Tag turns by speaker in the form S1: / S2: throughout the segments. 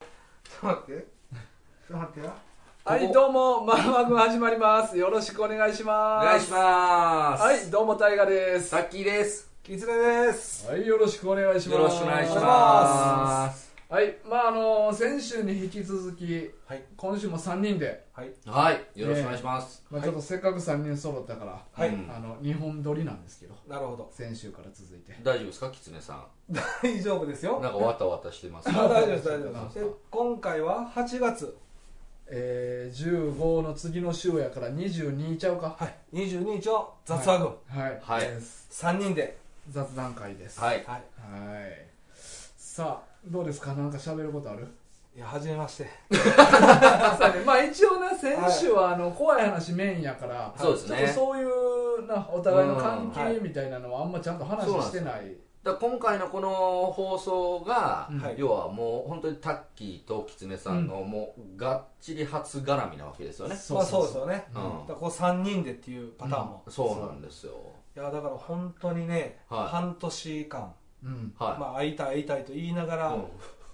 S1: ょっと待って。ちょっと待ってよ。
S2: はい、どうも、まんまくん始まります。よろしくお願いし
S3: お
S2: ます。
S3: 願いします。
S2: はい、どうも、大河です。
S3: さっきーです。
S1: キツネです。
S2: はい、よろしくお願いします。
S3: よろしくお願いし
S2: お願いし
S3: ます。
S2: すはい、まあ、あの、先週に引き続き、
S1: はい
S2: 今週も3人で、
S3: はい、よろしくお願いします。
S2: まあ、ちょっとせっかく3人揃ったから、
S1: はい
S3: うん
S2: あの、日本撮りなんですけど、
S1: なるほど。
S2: 先週から続いて。
S3: 大丈夫ですか、キツネさん。
S1: 大丈夫ですよ。
S3: なんかわたわたしてます。
S1: あ大丈夫です、大丈夫です。で、今回は8月、
S2: えー、15の次の週やから22ちゃうか。
S1: はい、22日を雑話軍、
S2: はい。
S3: はい
S2: です
S1: 3人で。
S2: 雑談会です。
S3: はい。
S1: はい。
S2: はい。さあ、どうですかなんか喋ることある
S1: いや、初めまして。
S2: そうねまあ一応な先週はあの怖い話メインやから、
S3: そうですね
S2: ちょっとそういうなお互いの関
S1: うんは
S2: 係
S1: い
S2: みたいなのはあんまちゃんと話してない、
S3: だから今回のこの放送が、
S2: うん
S1: はい
S3: 要はもう本当にタッキーとキツネさんのもうがっちり初絡みなわけですよね。
S1: まあそうですよね。
S3: う
S1: だ
S3: ん
S1: からこう3人でっていうパターンも。
S3: そうなんですよ。
S1: いや、だから本当にね、
S3: はい
S1: 半年間、
S2: うん
S3: は
S1: まあ会いたい会いたいと言いながら、
S3: うん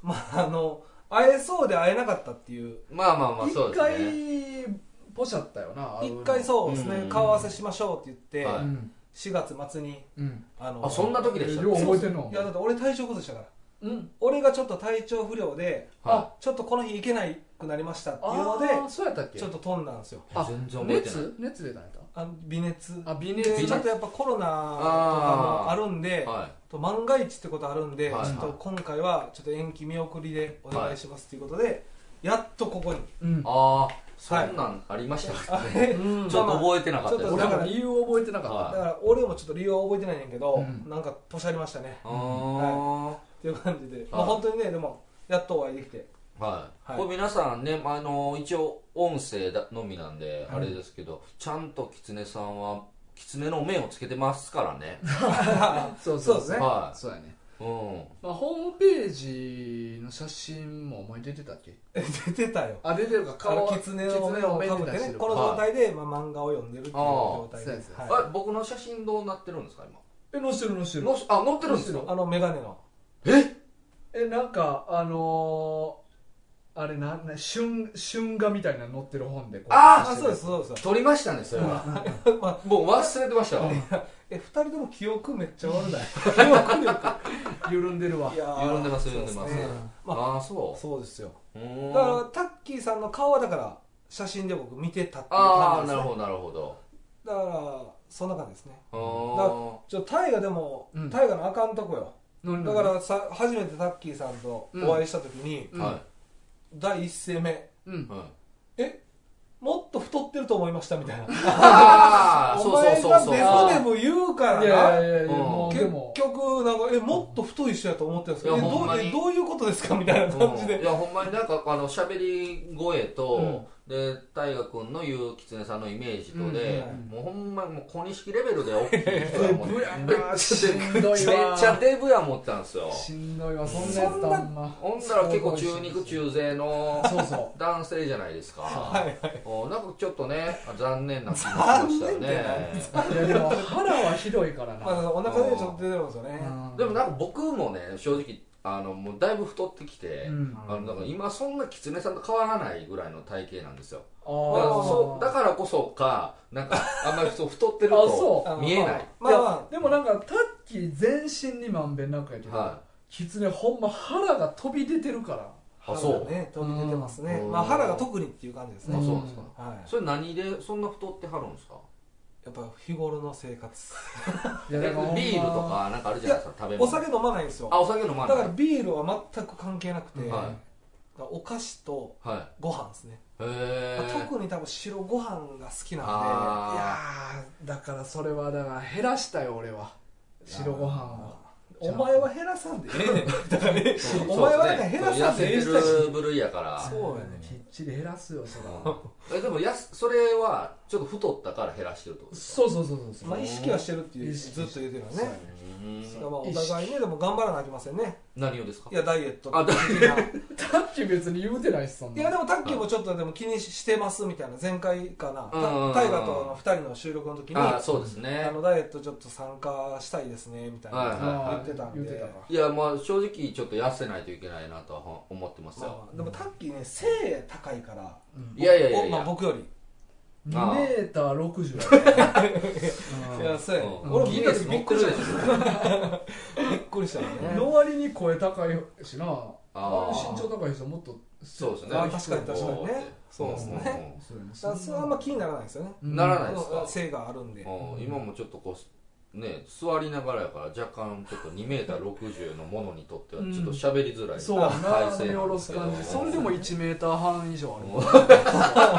S1: まああの、会えそうで会えなかったっていう、
S3: い。まあまあまあ、そう
S2: 一
S3: です
S2: 回
S3: ね。
S2: ポシャったよな
S1: 一回そうです
S3: うんうん
S1: ね
S3: う、ん
S1: 顔合わせしましょうって言
S2: う
S1: っ
S3: はい
S1: て、
S2: ん
S1: 4月末に、
S2: うん
S1: あの、
S3: あ、そんな時でした
S2: よ
S3: っけ
S2: う覚えてんの
S1: いやだって俺体調崩したから
S2: うん
S1: 俺がちょっと体調不良で
S3: は
S1: ちょっとこの日行けないくなりましたっていう
S2: あ
S1: ので
S2: あそうやったっけ
S1: ちょっと飛んだんですよ
S3: い。いや全然覚えてない。
S2: 熱熱出たんやっ
S1: あの微熱
S2: たあ微熱
S1: でちょっとやっぱコロナとかもあるんで
S3: は
S1: と万が一ってことあるんで、
S3: はいはい
S1: ちょっと今回はちょっと延期見送りでお願いしますということで、やっとここに
S2: うん
S3: い。ああ、そんなんありました
S1: あれ
S2: うん
S3: ちょっと覚えてなかったで
S1: ち
S3: す
S1: ょっ
S2: 俺
S1: と
S2: も理由覚えてなかった、
S1: だ
S3: は
S1: から俺もちょっと理由は覚えてないねんけど、
S2: うん
S1: なんかポシャりましたね
S3: あー
S1: っていう感じで、まあ、本当にねでもやっとお会いできて
S3: はい、
S1: はい
S3: これ皆さんね、まあ、あの一応音声だのみなんで
S2: はい
S3: あれですけど、ちゃんと狐さんは狐の面をつけてますから ね
S2: そう
S1: そうですね
S3: は
S2: そうやね
S3: い、うん、
S2: まあ、ホームページの写真もお前出てたっけ
S1: え出てたよ
S2: あ出てるか
S1: あ
S2: 顔
S1: の狐の目をかぶってねこの状態で、まあ、漫画を読んでるっていう状態で
S2: あーそうです
S1: はい
S3: あれ僕の写真どうなってるんですか
S2: え載してる載して
S3: 今
S2: る
S3: のしあ載ってるんです
S2: 載
S3: よ
S1: あの眼鏡の
S2: えなんかあのー、あれなんな春春画みたいなの載ってる本でこ
S3: あ
S1: あそうですそうです
S3: 撮りましたねそれは もう忘れてましたわ
S1: え二人とも記憶めっちゃ悪ない記憶力
S2: 緩んでるわ
S1: いやー
S3: 緩んでます緩んでます
S1: そうすねまあ
S3: ああそ
S1: そうですよ
S3: ううー
S1: だ
S3: ん
S1: からタッキーさんの顔はだから写真で僕見てたっていう
S3: あ
S1: 感
S3: あ
S1: じで
S3: なる
S1: すね
S3: ほどなるほど
S1: だからそんな感じですね
S3: あ
S1: ちょ大河でも
S2: うん
S1: 大河のあかんとこよ
S2: だ
S1: だからさ初めてタッキーさんとお会いした時に
S3: ーは
S1: 第一声目
S2: うん
S3: い、はい、
S1: えもっと太ってると思いましたみたいな
S3: ああ
S1: お
S3: そうそう
S1: 前
S3: そう
S1: が
S3: そう
S1: デコでも言うから
S2: いや
S1: な
S2: いやいやいや
S3: うん
S2: もう
S1: 結
S2: でも
S1: 局なんかえもっと太い人やと思ってるんですけど
S3: い
S1: え
S3: やほ
S1: ど
S3: ん
S1: う
S3: ま
S1: え
S3: に
S1: どういうことですかみたいな感じ
S3: うん
S1: で
S3: いやほんまになんかあの喋り声と、で大河君の言う狐さんのイメージとで、
S1: うん
S3: もうほんまにもう小錦レベルで大きい人やも ん
S2: デブや
S3: めっ
S2: な
S3: ち
S2: し
S3: ゃ
S2: んどい
S3: め
S2: わ
S3: っちゃデブや思ったんですよ
S2: しんどいわそんなやつあんま
S3: ほんなら結構中肉中背の
S2: そうそ
S3: 男性じゃないですか、
S1: はいはい
S3: おなんかちょっとね残念な気がしましたよ
S1: 残念って
S3: ね
S2: ういやでも腹はひどいから
S1: ま
S2: な
S1: あお腹でちょっと出てるんですよね
S2: うん
S3: でもなんか僕もね正直あのもうだいぶ太ってきて、
S2: うん
S3: あのだから今そんな狐さんと変わらないぐらいの体型なんですよ
S2: あ
S3: だからそ
S2: ー
S3: うだからこそかなんかあんまりそう太ってる
S2: あそ
S3: と
S2: う
S1: あの
S3: 見えない
S1: まあまあ
S2: いやでもなんかタッキー全身にまんべんなくやけど、
S3: は
S2: キツネほんま腹が飛び出てるから
S3: あ
S1: 腹
S3: そ
S1: が
S3: う
S1: ね飛び出てますね
S3: うん
S1: まあ腹が特にっていう感じです
S3: あ
S1: ね
S3: そうなんですか
S1: はい
S3: それ何でそんな太ってはるんですか
S1: やっぱ日頃の生活
S2: い
S3: え
S2: やだからほんま
S3: ビールとかなんかあるじゃないですか食べ
S1: お
S3: 物
S1: 酒飲まないんですよ
S3: あお酒飲ま
S1: だ
S3: な
S1: か
S3: い
S1: らビールは全く関係なくてだ
S3: は
S1: からお菓子と
S3: いは
S1: ご飯ですね
S3: いへえ
S1: 特に多分白ご飯が好きなん
S2: いや
S3: あ
S2: ーだからそれはだから減らしたよ俺は白ご飯を
S1: でお前は減らさんでえ えねんだからね
S3: ーそう
S1: お前はなんか減
S3: そう
S1: ら
S3: です
S1: さんでええ
S3: ね
S1: 人
S3: そう
S1: や
S3: 痩
S1: し
S3: せてる部類やから
S1: そうやね
S2: きっちり減らすよそれは
S3: うんえでもやすそれはちょっと太ったから減らしてるってことですか
S2: そうそうそうそうそう
S1: まあ、意識はしてるっていう
S2: 意識
S1: ずっと言ってるよ
S2: そう
S1: ね
S3: うーん
S1: だからまあお互いねでも頑張らなきゃいけませんね
S3: 何をですか
S1: いやダイエット
S3: あダイ
S1: 的な
S2: タッキー別に言うてないしそん
S1: い
S2: な
S1: やでもタッキーもちょっとでも気にしてますみたいな前回かな
S3: うん
S1: た大河との2人の収録の時に
S3: ああ
S1: あ
S3: そうですね
S1: のダイエットちょっと参加したいですねみたい
S3: はい
S1: な
S2: あー
S1: 言ってたんで
S2: 言ってたか
S3: いやまあ正直ちょっと痩せないといけないなとは思ってますよ
S1: まあでもタッキーね背高いから
S2: うん
S3: いやいやいやい
S1: おまあ
S3: や
S1: 僕より
S2: 2メーター60
S1: いやそうやね
S3: うん
S1: 俺も
S3: ギ
S1: 見
S3: ネ
S1: た
S3: ス
S1: 時
S3: 乗
S1: び
S3: っ
S1: ってく
S3: る
S1: り
S3: で
S1: し
S3: しょ
S1: たびっくりしたよ
S2: うん
S1: ね
S2: の割に声高いしな
S3: あー
S2: あの身長高い人もっと
S3: そうですね
S1: あ確かに確かにね
S3: そ
S1: そうう
S3: で
S1: ですす
S3: ね
S1: ね
S2: そうやな
S1: だからそれはあんま気にならないですよね
S2: うん
S3: ならないですか
S1: うん背があるんで
S3: うん今もちょっとこうね座りながらやから若干ちょっと 2m60 のものにとってはちょっと喋りづらい
S2: そうやな
S3: 体勢
S2: 見
S3: な
S2: 下
S3: ん
S2: ろ
S3: です
S2: す
S3: けど
S2: 感じそれでも1メーター半以上ある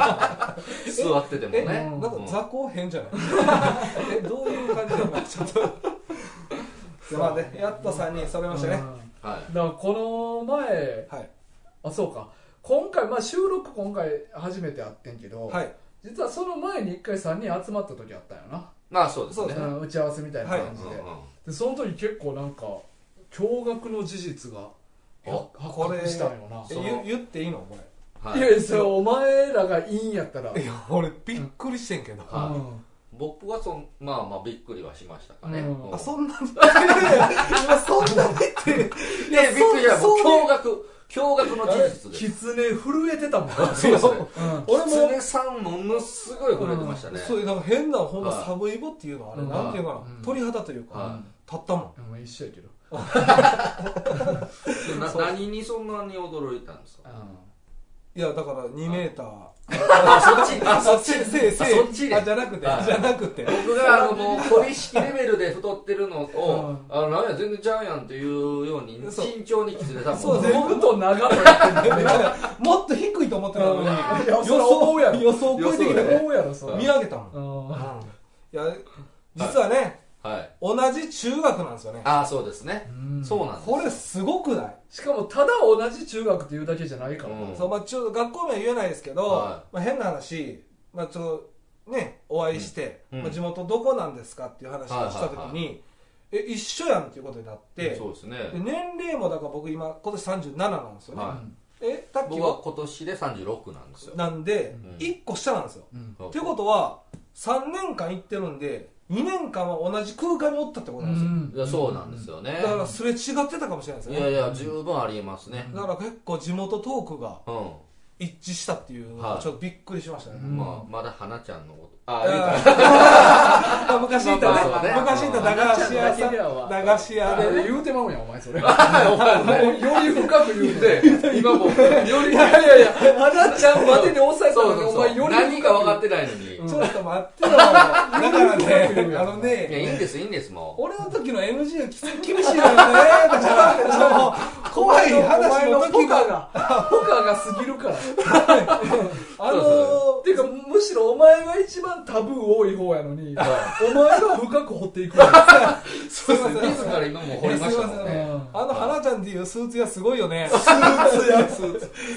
S3: 座ってても
S1: え
S3: ね
S1: なんか雑魚変じゃないえどういう感じなんだちょっとまあねやっと3人揃いましたね
S2: うん
S3: はい
S2: だからこの前
S1: はい
S2: あそうか今回まあ収録今回初めてやってんけど
S1: はい
S2: 実はその前に1回3人集まった時あったよな
S3: まあそうです
S1: そう
S3: ね
S1: で
S2: う
S1: すね
S2: ん打ち合わせみたいな
S3: うん
S1: はい
S2: 感じ
S3: うん
S2: で
S3: うん
S2: でその時結構なんか驚愕の事実が
S3: あ
S2: 発覚したんよな
S1: え
S3: その
S1: ゆ言っていいのこ
S3: はい
S2: いやいやそれお前らがいいんやったら
S1: れいや俺びっくりしてんけど
S3: あ
S2: うん
S3: 僕はそんまあまあびっくりはしましたかね、
S2: うん
S1: あそんなにいや今そんなにってい
S3: いやびっくりじゃないも
S1: そう
S3: う驚愕驚愕の
S2: あれ
S3: 事実です
S2: 狐震えてたもん
S3: そうですね
S2: うん
S1: 俺
S3: 俺
S1: も
S3: も狐さんものすごい震えてましたね、
S1: そういうなんか変なほんま
S3: はい
S1: サブイボっていうのあれ
S2: うん
S1: なんていうか
S2: うん
S1: な鳥肌という
S3: は
S1: か立ったもん
S2: お前一緒やけど
S3: な何にそんなに驚いたんですか
S1: いやだから2メーター
S3: あそっちあそっち
S1: せいせい
S3: あそっちね
S1: あじゃなくてじ
S3: はい
S1: ゃなく て
S3: 僕があのもう小意識レベルで太ってるの
S2: う
S3: を
S2: ん
S3: あのなんや全然ちゃうやんっていうように
S1: そう
S3: 慎重に狐さん
S1: そ
S3: も
S1: うです
S2: 全部と長野やってんのね
S1: もっと低いと思ってたのに
S2: うんいや
S1: 予
S2: それ思うやろ
S1: 想予想を超えてきた
S3: 予想や
S1: ね
S2: 思うやろそれ
S3: うん
S1: 見上げたもん
S2: うん
S1: いや実はね
S3: はい
S1: 同じ中学なんですよね
S3: ああそうですね、
S2: うん
S3: そうなんです
S1: これすごくない
S2: しかもただ同じ中学っていうだけじゃないから、
S3: うん
S1: そうまあちょっと学校名は言えないですけど
S3: は
S1: まあ変な話まあちょっとねお会いして
S3: うん
S1: まあ地元どこなんですかっていう話をした時
S3: はいはい
S1: にえ一緒やんっていうことになって
S3: そうですね
S1: で年齢もだから僕今今年37なんですよね
S3: はい
S1: えタッキー
S3: 僕は
S1: は
S3: 今年で36なんですよ
S1: なんで
S3: うん
S1: 1個下なんですよ
S2: うん
S1: っていうことは3年間行ってるんで2年間は同じ空間におったってことなんですよ、
S3: いやそうなんですよね、
S1: だからすれ違ってたかもしれないです
S3: い
S1: よ
S3: や
S1: ね
S3: いや十分ありえますね
S1: だから結構地元トークが
S3: うん、
S1: 一致したっていうの
S3: は
S1: はいちょっとびっくりしましたね、
S2: うん
S3: まあまだ花ちゃんのこと
S1: あ
S3: あ言うた
S1: ーあ 昔いたね,、
S3: まあまあそうね
S1: 昔いた駄菓子屋さん駄菓子屋
S2: あ
S1: で
S2: れ
S1: ね
S2: 言うてまうやんお前そ れよ
S3: お前ね
S2: り深く言うて
S3: 今もうより
S2: いやいやいや花ちゃんまでに抑えた
S3: そ
S2: の
S3: うそ
S2: に
S3: う
S2: お
S3: そう
S2: 前より
S3: 何か分かっててないのに、
S2: うん
S1: ちょっと待ってよだから
S2: うん
S1: ねあの
S3: いやい
S1: ね
S3: いんですいいんですも
S1: 俺の時の NG はきつ厳しいよねだからもう怖い話の
S2: ポ
S1: 時
S2: カ
S1: が
S2: がポカが過ぎるから
S1: あの
S2: ていうかむしろお前が一番タブー多い方やのに
S3: は
S2: お前が深く掘ってい くから
S3: うそうですね自ら今もう掘りましたもん
S1: すい
S3: ね
S2: う
S1: あの花ちゃんっていうスーツ屋すごいよ ね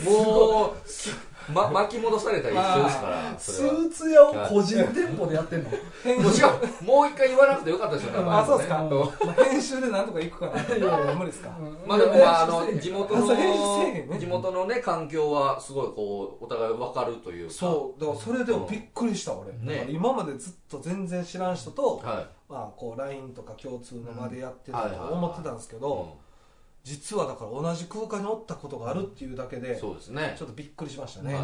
S3: もうすま巻き戻されたら一緒ですから
S2: ん
S3: そ
S2: ス
S3: れは
S2: ーツ屋を個人店舗でやってんの
S1: 編
S3: もう
S1: 集
S3: しかももう一回言わなくてよかったですよね
S1: あそうですか
S3: 前もね
S1: まあ編集でなんとか行くかな。いやいや無理ですか。
S3: まあでもまああの地元 の
S1: あそう編集制限ね
S3: 地元のね環境はすごいこうお互い分かるというか
S1: そう、だからそれでもびっくりした俺。
S3: ね
S1: だから今までずっと全然知らん人と、
S3: は
S1: まあこう LINE とか共通の間でやってた
S3: う
S1: と
S3: んはいはい
S1: 思ってたんですけ
S3: い、
S1: ど、実はだから同じ空間におったことがあるっていうだけ
S3: うん
S1: で、ちょ
S3: そうですね
S1: っとびっくりしましたね
S3: は。い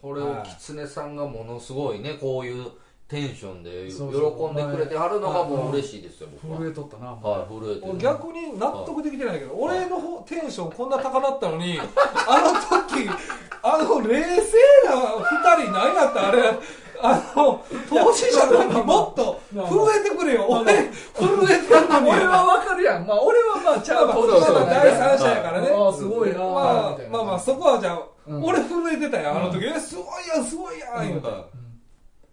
S3: これを
S1: はい
S3: 狐さんがものすごいねこういうテンションで
S2: そうそう
S3: 喜んでくれてはるのがもう嬉しいですよ僕は
S2: 震えとったな
S3: はい震えてる
S1: 俺逆に納得できてないけど、俺の方テンションこんな高なったのに、 あの時、あの冷静な二人何やったあれ、あの、投資者なのにもっと震えてくれよ。俺、震えてるのに。
S2: 俺はわかるやんまあ俺はまあちゃんと
S3: そうそう
S1: まあまあ第三者やからね。
S2: ああすごいな
S1: ま
S2: あ
S1: あまあまあそこはじゃあ、
S2: うん
S1: 俺震えてたやん、あの時。え、すごいやん、すごいやん、言うて。
S3: は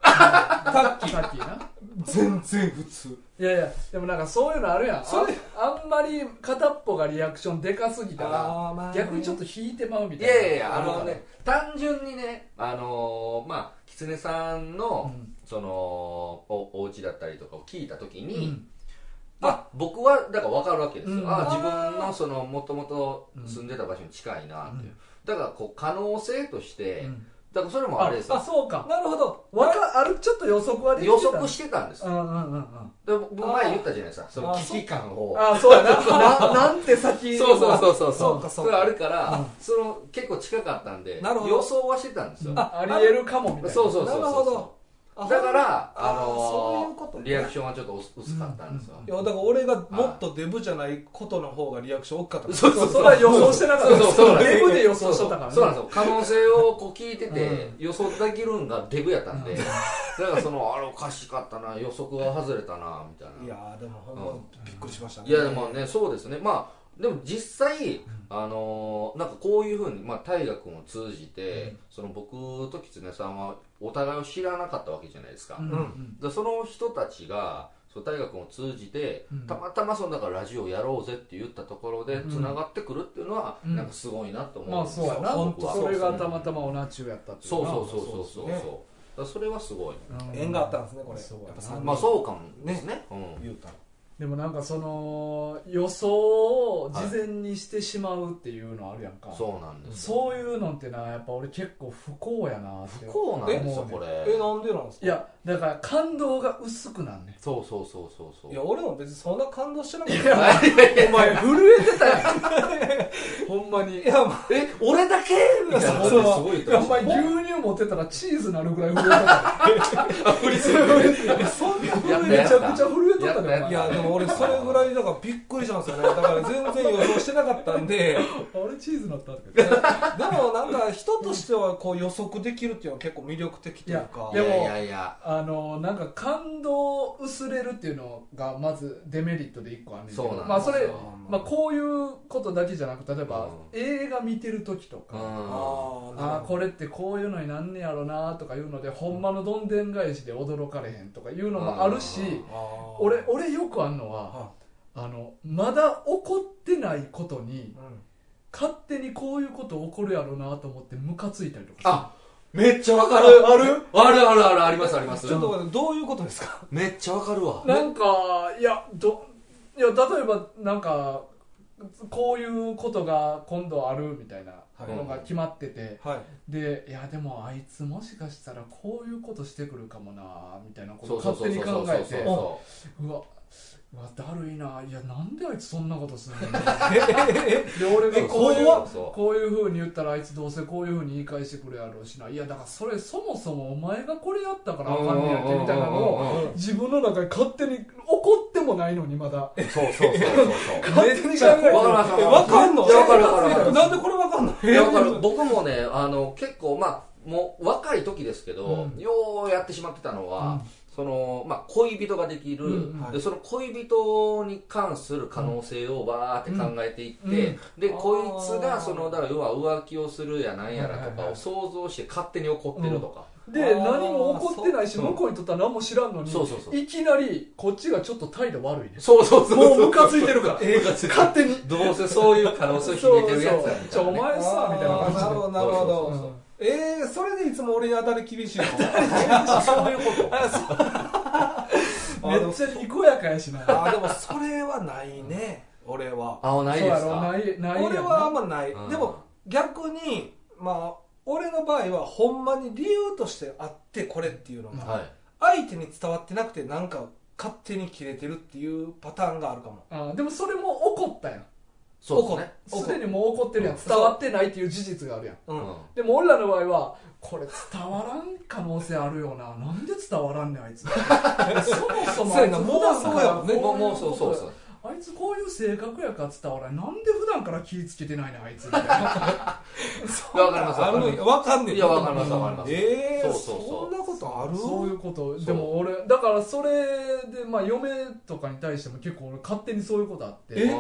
S1: タッキー、
S2: さっきな
S1: 全然普通。
S2: いやいやでもなんかそういうのあるやんあ
S1: それ
S2: あんまり片っぽがリアクションでかすぎたら
S1: あーまあね
S2: 逆にちょっと引いてまうみ
S3: いい
S2: たいな
S3: やいやいやあのね単純にねあのーまあ狐さんの、
S2: うん
S3: そのおお家だったりとかを聞いた時
S2: う
S3: に、
S2: ん
S3: まあ、僕はだから分かるわけですよ、
S2: うん
S3: ああ自分のそのもともと住んでた場所に近いなっていう、だからこう可能性として、
S2: うん
S3: だからそれもあれです
S2: あ
S3: よ
S2: そうか
S1: なるほど
S2: わかあるちょっと予測はできて
S3: 予
S2: た
S3: 測してたんです
S2: う
S3: よ
S2: んうんうんうん
S3: で僕前言ったじゃないですかその危機感を
S2: あそうやなななんて先
S3: そうそうそうそう
S1: そうかそうか
S3: れあるから、
S2: うん
S3: その結構近かったんで
S1: なるほど
S3: 予想はしてたんですよ、
S2: あありえるかもみたいな
S3: そうそうそうそう
S1: なるほどあ
S3: だから
S1: あ
S3: あ
S1: そうい
S3: の
S1: うことね
S3: リアクションはちょっと薄薄かったんですよ、
S1: いやだから俺がもっとデブじゃないことの方がリアクション大きかった
S3: そう
S2: そうそれは予想してなかった
S3: そうそうそうなんです
S2: デブで予想してたからね
S3: そうなんですよ可能性をこう聞いてて、
S2: う
S3: 予想できるんがデブやったんで、だからそのあれおかしかったな予測は外れたなみたいない
S1: やーでもほんまびっくりしましたね
S3: いやでもねそうですねまあでも実際、あのーなんかこういうふうに、まあ、大河君を通じて、その僕と狐さんはお互いを知らなかったわけじゃないですか,、
S2: うんうん
S3: でその人たちがその大河君を通じて、
S2: うん
S3: たまたまそのだからラジオやろうぜって言ったところで
S2: うん
S3: つながってくるっていうのは、
S2: うん
S3: なんかすごいなと思
S2: ま
S3: う
S2: あ
S3: んです
S2: そう
S3: よ、
S2: やな
S1: 本当
S2: それがたま
S3: ま
S2: たまオナチューやったっていう
S3: そう
S2: な
S3: そうそうそうそうそう、
S1: まあそうですね
S3: だからそれはすごい、
S2: うん
S1: 縁があったんですねこれ
S2: そうやな
S1: やっぱ三人
S3: まあそうかもですねうん
S1: 言うたら
S2: でもなんかその予想を事前にしてしまうっていうのあるやんか、
S3: そうなんですよ
S2: そういうのってなやっぱ俺結構不幸やなって
S3: 不幸なんですよこれ
S1: えなんでなんですか
S2: いやだから感動が薄くなんね
S3: そうそうそうそうそう
S1: いや俺も別にそんな感動してなかった
S2: お前震えてたやんほんまに
S1: いやま
S3: え俺だけみたいな
S1: そう
S3: すごい
S2: いやお前
S3: いや
S2: 牛乳持ってたらチーズなるぐらい震えて た
S3: 振り すぎる
S1: あそんな
S3: やった
S2: め
S3: や
S2: ち
S3: った
S2: ゃくちゃ震えとったでお
S3: や
S2: 前
S3: っ
S1: い
S3: たや
S1: や
S3: っ
S1: でも俺それぐらいだからびっくりしたんですよねだから全然予想してなかったんで
S2: あれチーズなったって
S1: でもなんか人としてはこう予測できるっていうのは結構魅力的というか
S2: いやでも
S3: いやいや
S2: あのなんか感動薄れるっていうのがまずデメリットで一個あんねんけ
S3: そう
S2: ど
S3: なん
S2: まあそれ
S3: そう
S2: まあ、こういうことだけじゃなく例えば、
S3: うん
S2: 映画見てる時と
S3: う
S2: か、あ
S1: あ
S3: ん
S2: あーこ
S1: れ
S2: れってこういうのになんねやろなとかいうので、ほんまのどんでん返しで驚かれへんとかいうのもあるし、
S3: うん
S2: 俺俺よくあんのは
S1: は
S2: あのまだ怒ってないことに勝手にこういうこと起こるやろなと思ってムカついたりとかする
S3: あめっちゃわかる
S2: ある
S3: あるあるあるありますあります
S1: ちょっと待ってどういうことですか
S3: めっちゃわかるわ
S2: なんかいやどいや例えばなんかこういうことが今度あるみたいなのが決まってて、
S1: はい
S2: でいやでもあいつもしかしたらこういうことしてくるかもなみたいなこと
S3: そ
S2: を
S3: うそう
S2: 勝
S3: そう
S2: 手に
S3: そう
S2: 考
S3: そう
S2: え
S3: そう
S2: て
S3: そう
S2: わうわだるいないやなんであいつそんなことする の
S1: え
S2: で俺
S1: え
S2: がこ
S1: 怖
S2: う
S1: っ
S2: いう
S3: そうそう
S2: こういうふうに言ったらあいつどうせこういうふうに言い返してくるやろうしないやだからそれそもそもお前がこれやったからあかんねやってみたいなの
S3: う
S2: を
S3: んうんうんうん
S2: 自分の中で勝手に怒ってもないのにまだ
S3: そうそうそ うそう
S2: 勝手に考えて
S3: わかり ます
S1: えわかんの
S3: いやわかるわかるわかる
S1: なんでこれわかんの
S3: いやわかる僕もねあの結構まあもう若い時ですけど、
S2: うん
S3: ようやってしまってたのは、
S2: うん
S3: そのまあ、恋人ができる、
S2: うん
S1: うん
S3: でその恋人に関する可能性をわーって考えていって、
S2: うんうん
S3: で
S1: あー
S3: こいつがそのだから要は浮気をするやなんや
S2: は
S3: らと
S2: いは
S3: か
S2: いは
S3: を
S2: い
S3: 想像して勝手に怒ってるとか、
S2: で
S1: あー
S2: 何も起こってないし
S3: そう
S2: 向こうにとったら何も知らんのに
S3: そうそうそう
S2: いきなりこっちがちょっと態度悪いね
S3: そうそうそう
S2: もう
S3: そう
S2: ムカついてるから
S3: ムカ ついてる
S2: 勝手に
S3: どうせそういう可能性を秘めてるやつやみ
S2: ち
S3: た
S2: ょお
S3: いなね、
S2: 前さみたいな
S1: あーなるほ
S2: 感
S1: どなるほ
S3: そうそう
S1: ど
S3: そう
S1: えーそれでいつも俺に当たり 厳しいの
S3: そういうこと
S1: あで
S2: じでめっ
S1: も
S2: ちゃにこやかやしな
S1: あでもそれはないね俺は
S3: あない
S2: そう
S3: で
S2: や
S3: す
S2: ろ
S3: か
S2: ないないやん
S1: 俺はあんまない
S3: うん
S1: でも逆にまあ俺の場合はほんまに理由としてあってこれっていうのが
S3: はい
S1: 相手に伝わってなくてなんか勝手に切れてるっていうパターンがあるかも
S2: あーでもそれも怒ったやん
S3: そうですね
S1: 怒
S2: すでにもう怒ってるやん
S1: そう
S2: 伝わってないっていう事実があるやん
S1: うん
S3: うん
S2: でも俺らの場合はこれ伝わらん可能性あるよななんで伝わらんね んあいつそもそも
S1: そう
S2: あ
S1: や
S2: いつ
S1: な
S2: 普
S1: もう
S2: 段から
S1: そうやもんね
S2: こ
S3: もう
S2: い
S3: もうそうそう
S2: こ
S3: そう
S2: とあいつこういう性格やから伝わらんなんで普段から気ぃつけてないねんあいつみたい な
S3: わかりますわ
S1: あ
S3: か
S1: るの
S3: ります
S1: よわかんねえ
S3: いやわかりますわかります
S1: えー
S3: そうそうそう
S1: そんなことある
S2: そういうこと
S3: そう
S2: でも俺だからそれでまあ嫁とかに対しても結構俺勝手にそういうことあって
S1: え
S2: だか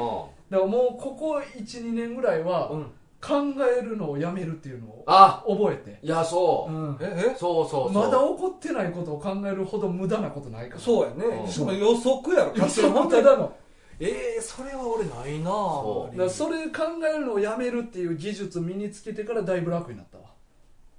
S2: らもうここ12年ぐらいは
S1: うん
S2: 考えるのをやめるっていうのを
S3: あ
S2: 覚えて
S3: いやそうう、
S2: ん
S1: ええ
S3: そうそうそう
S2: まだ怒ってないことを考えるほど無駄なことないから
S1: そうや
S3: う
S1: ね
S3: ん
S1: しかも予測やろ
S2: 予測
S1: 本
S2: ただの
S1: えーそれは俺ないな
S3: そう
S1: あん
S2: だか
S1: ま
S2: ら
S1: り
S2: それ考えるのをやめるっていう技術身につけてからだいぶ楽になったわ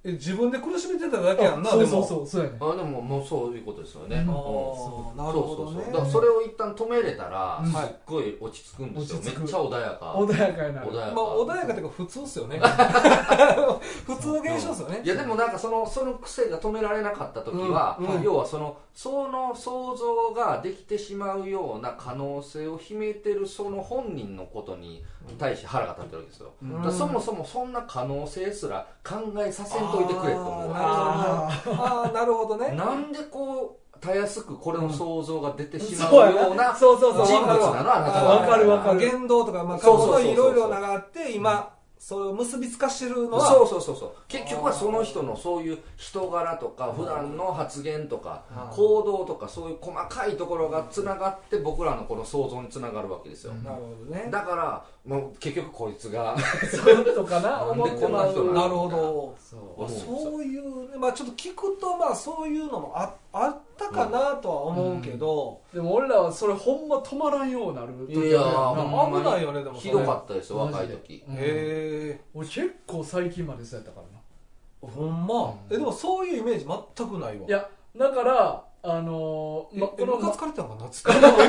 S1: え自分で苦しめてただけやんな
S2: そう
S1: で
S2: そう
S1: も
S2: そうそうやね
S3: あでももうそういうことですよね、
S2: うん
S3: う
S1: あ
S3: ん
S1: あなるほど
S3: そうそう
S1: ね
S3: そうだからそれを一旦止めれたら、
S2: うん
S3: すっごい落ち着くんですよ
S2: 落ち着く
S3: めっちゃ穏やか
S2: 穏やかやな
S3: 穏やか
S1: まあ穏やかというか普通っす よね普通の現象っすよね
S3: いやでもなんかそのその癖が止められなかった時は、
S1: うんうん
S3: 要はそのその想像ができてしまうような可能性を秘めてるその本人のことに対して腹が立ってるわけですよ、
S2: うん
S3: だからそもそもそんな可能性すら考えさせんといてくれと思う
S1: あ
S3: わ
S2: あ
S1: ああなるほどね
S3: なんでこうたやすくこれの想像が出てしまう
S2: そうや
S3: ような
S2: そうそう
S1: やな
S2: そう
S3: 人物なのあなた
S1: わかる
S2: わかる
S1: 言動とか、まあ、過
S3: そう
S1: 去
S3: そうそ
S1: の
S3: うそう
S1: いろいろながあって今それを結びつかしてるのは
S3: そうそうそうそう結局はその人のそういう人柄とか普段の発言とか
S1: あー
S3: 行動とかそういう細かいところがつながって僕らのこの想像につながるわけですよ、
S2: うん
S1: なるほどね
S3: だから、まあ、結局こいつが
S2: そうとかな
S3: なん
S2: 思
S3: で
S2: って
S3: こん
S2: ま
S3: な
S2: う
S3: 人なの
S1: なるほど
S2: そう
S3: 思うんですよ
S1: そういうねまあちょっと聞くとまあそういうのもああったかなとは思うけど、
S2: でも俺らはそれほんま止まらんようになる時ある
S3: いや
S2: な
S3: ーほんま
S1: 危ないよねでもそ
S3: ひ
S1: れ
S3: どかったですよ若い
S2: マジ
S3: 時
S2: でうん
S1: へえ
S2: 俺結構最近までそうやったからな
S1: ほんま
S3: うん
S1: えでもそういうイメージ全くないわ
S2: いやだからあのー、
S1: ま、
S2: ま、
S1: この
S2: この
S1: ムカ
S2: ま
S1: つかれてたのかなつかれてもえず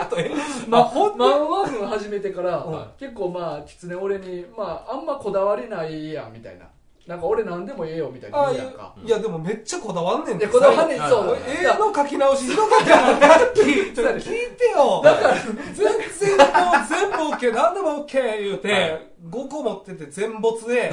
S1: っとえ
S2: ま、マンワ軍始めてから、
S1: うん
S2: 結構まあキツネ俺に、まあ、あんまこだわりないやんみたいななんか俺なんでもええよみたいな
S1: ああ
S2: 言
S1: いう
S2: うやんか
S1: いやでもめっちゃこだわんねん
S2: いやこだわん
S1: ん
S2: ねん
S3: はい
S2: そう
S3: はいはい
S1: 映画の書き直しひどかったよなって聞いて
S2: そうやね
S1: よ
S2: だから
S1: 全然もう全部 OK 何でも OK 言う
S3: は
S1: て5個持ってて全没で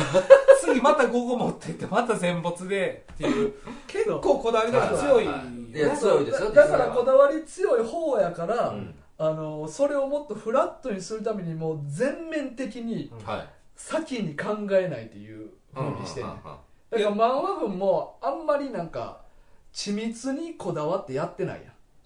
S1: 次また5個持ってってまた全没でっていう結構こだわりが強い
S3: はいはいはいいや
S1: ね
S3: 強いですよ
S2: だだからこだわり強い方やから、
S3: うん
S2: あのそれをもっとフラットにするためにもう全面的に
S3: はい
S2: 先に考えないっていうふうにしてんねん
S3: う
S2: だから漫画軍もあんまりなんか緻密にこだわってやってない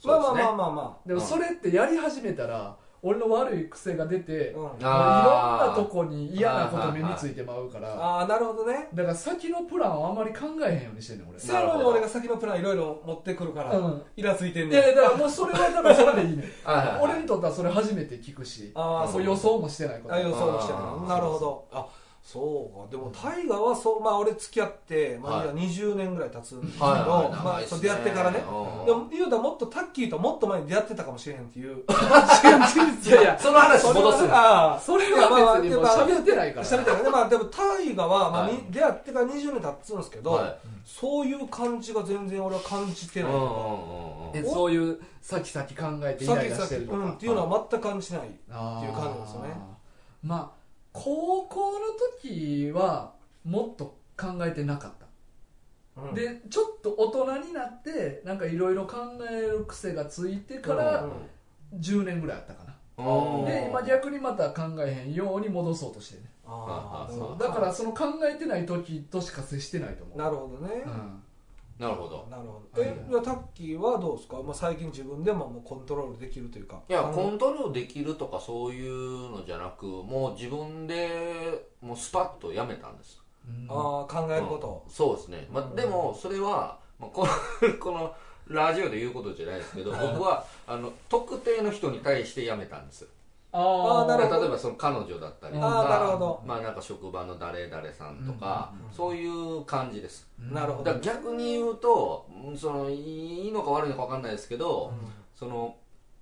S2: やん
S1: まあまあ
S3: そうですね
S1: まあまあま
S2: でも
S3: うん
S2: それってやり始めたら俺の悪い癖が出て、
S1: あ、うん、
S3: あ
S1: あ
S2: まあいろん
S3: ー
S2: なとこに嫌なこと目についてまうから
S1: あーなるほどね
S2: だから先のプランをあんまり考えへんようにしてんねん俺
S1: そういうのに俺が先のプランいろいろ持ってくるから、
S2: うん
S1: イラついてん
S2: い
S1: ねん
S2: やいやだからもうそれはだからそれでいいね ん
S3: んはいはいはい
S2: 俺にとってはそれ初めて聞くし
S1: ああ
S2: も
S1: そうう
S2: 予想もしてないこ
S1: あ予
S2: と
S1: 想もしてる
S3: あー
S1: なるほどあそうかでも大河はそうまあ俺付き合って、まあ
S3: はい
S1: 今20年ぐらい経つんですけど、
S3: はいはい
S1: ま
S3: 長
S1: あ
S3: いっす
S1: そ
S3: ね
S1: う出会ってからね
S3: うん
S1: でも言うたらもっとタッキーともっと前に出会ってたかもしれへんっていう 事
S2: い
S1: 実
S2: やいや
S3: その話戻すな
S1: あ
S2: それは別にもう
S1: いやまあ
S2: 喋ってないから
S1: しゃべったらねまあでも大河は、まあ
S3: はい
S1: に出会ってから20年経つんですけど、
S3: はい
S1: そういう感じが全然俺は感じて
S3: うん
S1: ない、
S3: うんうんうん
S2: えそういう先々考えてイライラしてると
S1: う
S2: か
S1: ん、っていうのは全く感じない、っていう感じですよね
S2: あーまあ高校の時はもっと考えてなかった
S1: うん
S2: でちょっと大人になってなんかいろいろ考える癖がついてか
S1: う
S2: ら
S1: ん
S2: 10年ぐらいあったかな、
S3: うん
S2: で今逆にまた考えへんように戻そうとしてね
S1: あー
S3: あー
S2: だからその考えてない時としか接してないと思う
S1: なるほどね、
S2: うん
S3: なるほど
S1: なるほど。え、じゃあタッキーはどうですか。まあ最近自分でももうコントロールできるというか。
S3: いや
S1: あの
S3: コントロールできるとかそういうのじゃなくもう自分でもうスパッとやめたんです
S2: うん
S1: あー考えること。
S3: そうですね、まあ、でもそれは、まあ、この このラジオで言うことじゃないですけど僕はあの特定の人に対して辞めたんです
S2: あ
S1: あー
S3: だ
S1: なる
S3: か
S1: ほ
S3: ら
S1: ど
S3: 例えばその彼女だったりと
S1: あーなるほ
S3: か
S1: ど
S3: まあなんか職場の誰々さんとか、
S2: うんうん
S3: そういう感じです
S1: なるほ
S3: だ
S1: ど
S3: から逆に言うとうんそのいいのか悪いのか分かんないですけど、その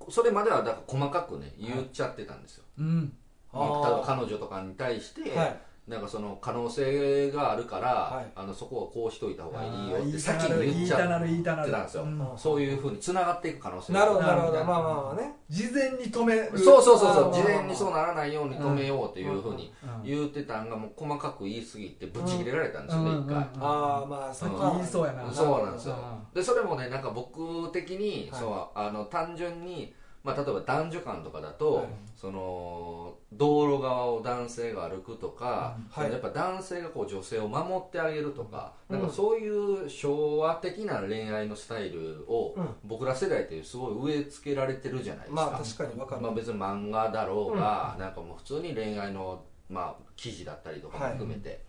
S3: それまではだから細かくね言っちゃってたんですよ、
S2: うん
S3: まあ例えば
S1: あ
S3: 彼女とかに対して、
S1: ーはい。
S3: なんかその可能性があるから、
S1: はい
S3: あのそこはこうしといた方がいいよ
S2: あー言
S3: って
S2: いた
S3: 先
S2: なる
S3: に言っちゃって
S2: 言いたなる言いたなる
S3: たんですよ、
S2: うん
S3: そういうふうに繋がっていく可能性が
S1: なるほどなるほ
S3: みた
S1: ど。
S3: い
S1: まあまあまあね。
S2: 事前に止める
S3: そうそうそう
S1: あーまあまあまあ
S3: そう事前にそうならないように止めようというふうに
S2: うん
S3: 言ってたんがもう細かく言い過ぎてブチ切れられたんですよ
S2: う
S3: ね
S2: ん
S3: 一回
S2: うん
S1: ああまあさっき
S2: 言いそうやな
S3: そうなんですよ
S2: う
S3: でそれもねなんか僕的に
S1: はい
S3: そうあの単純にまあ例えば男女間とかだと、
S1: はい
S3: その道路側を男性が歩くとか、
S1: うんはい
S3: やっぱ男性がこう女性を守ってあげるとか,、
S1: うん
S3: なんかそういう昭和的な恋愛のスタイルを
S1: うん
S3: 僕ら世代ってすごい植え付けられてるじゃないですか、
S1: まあ確かにわかる
S3: まあ、。別に漫画だろうが、なんかもう普通に恋愛の、まあ、記事だったりとかも含めて、だか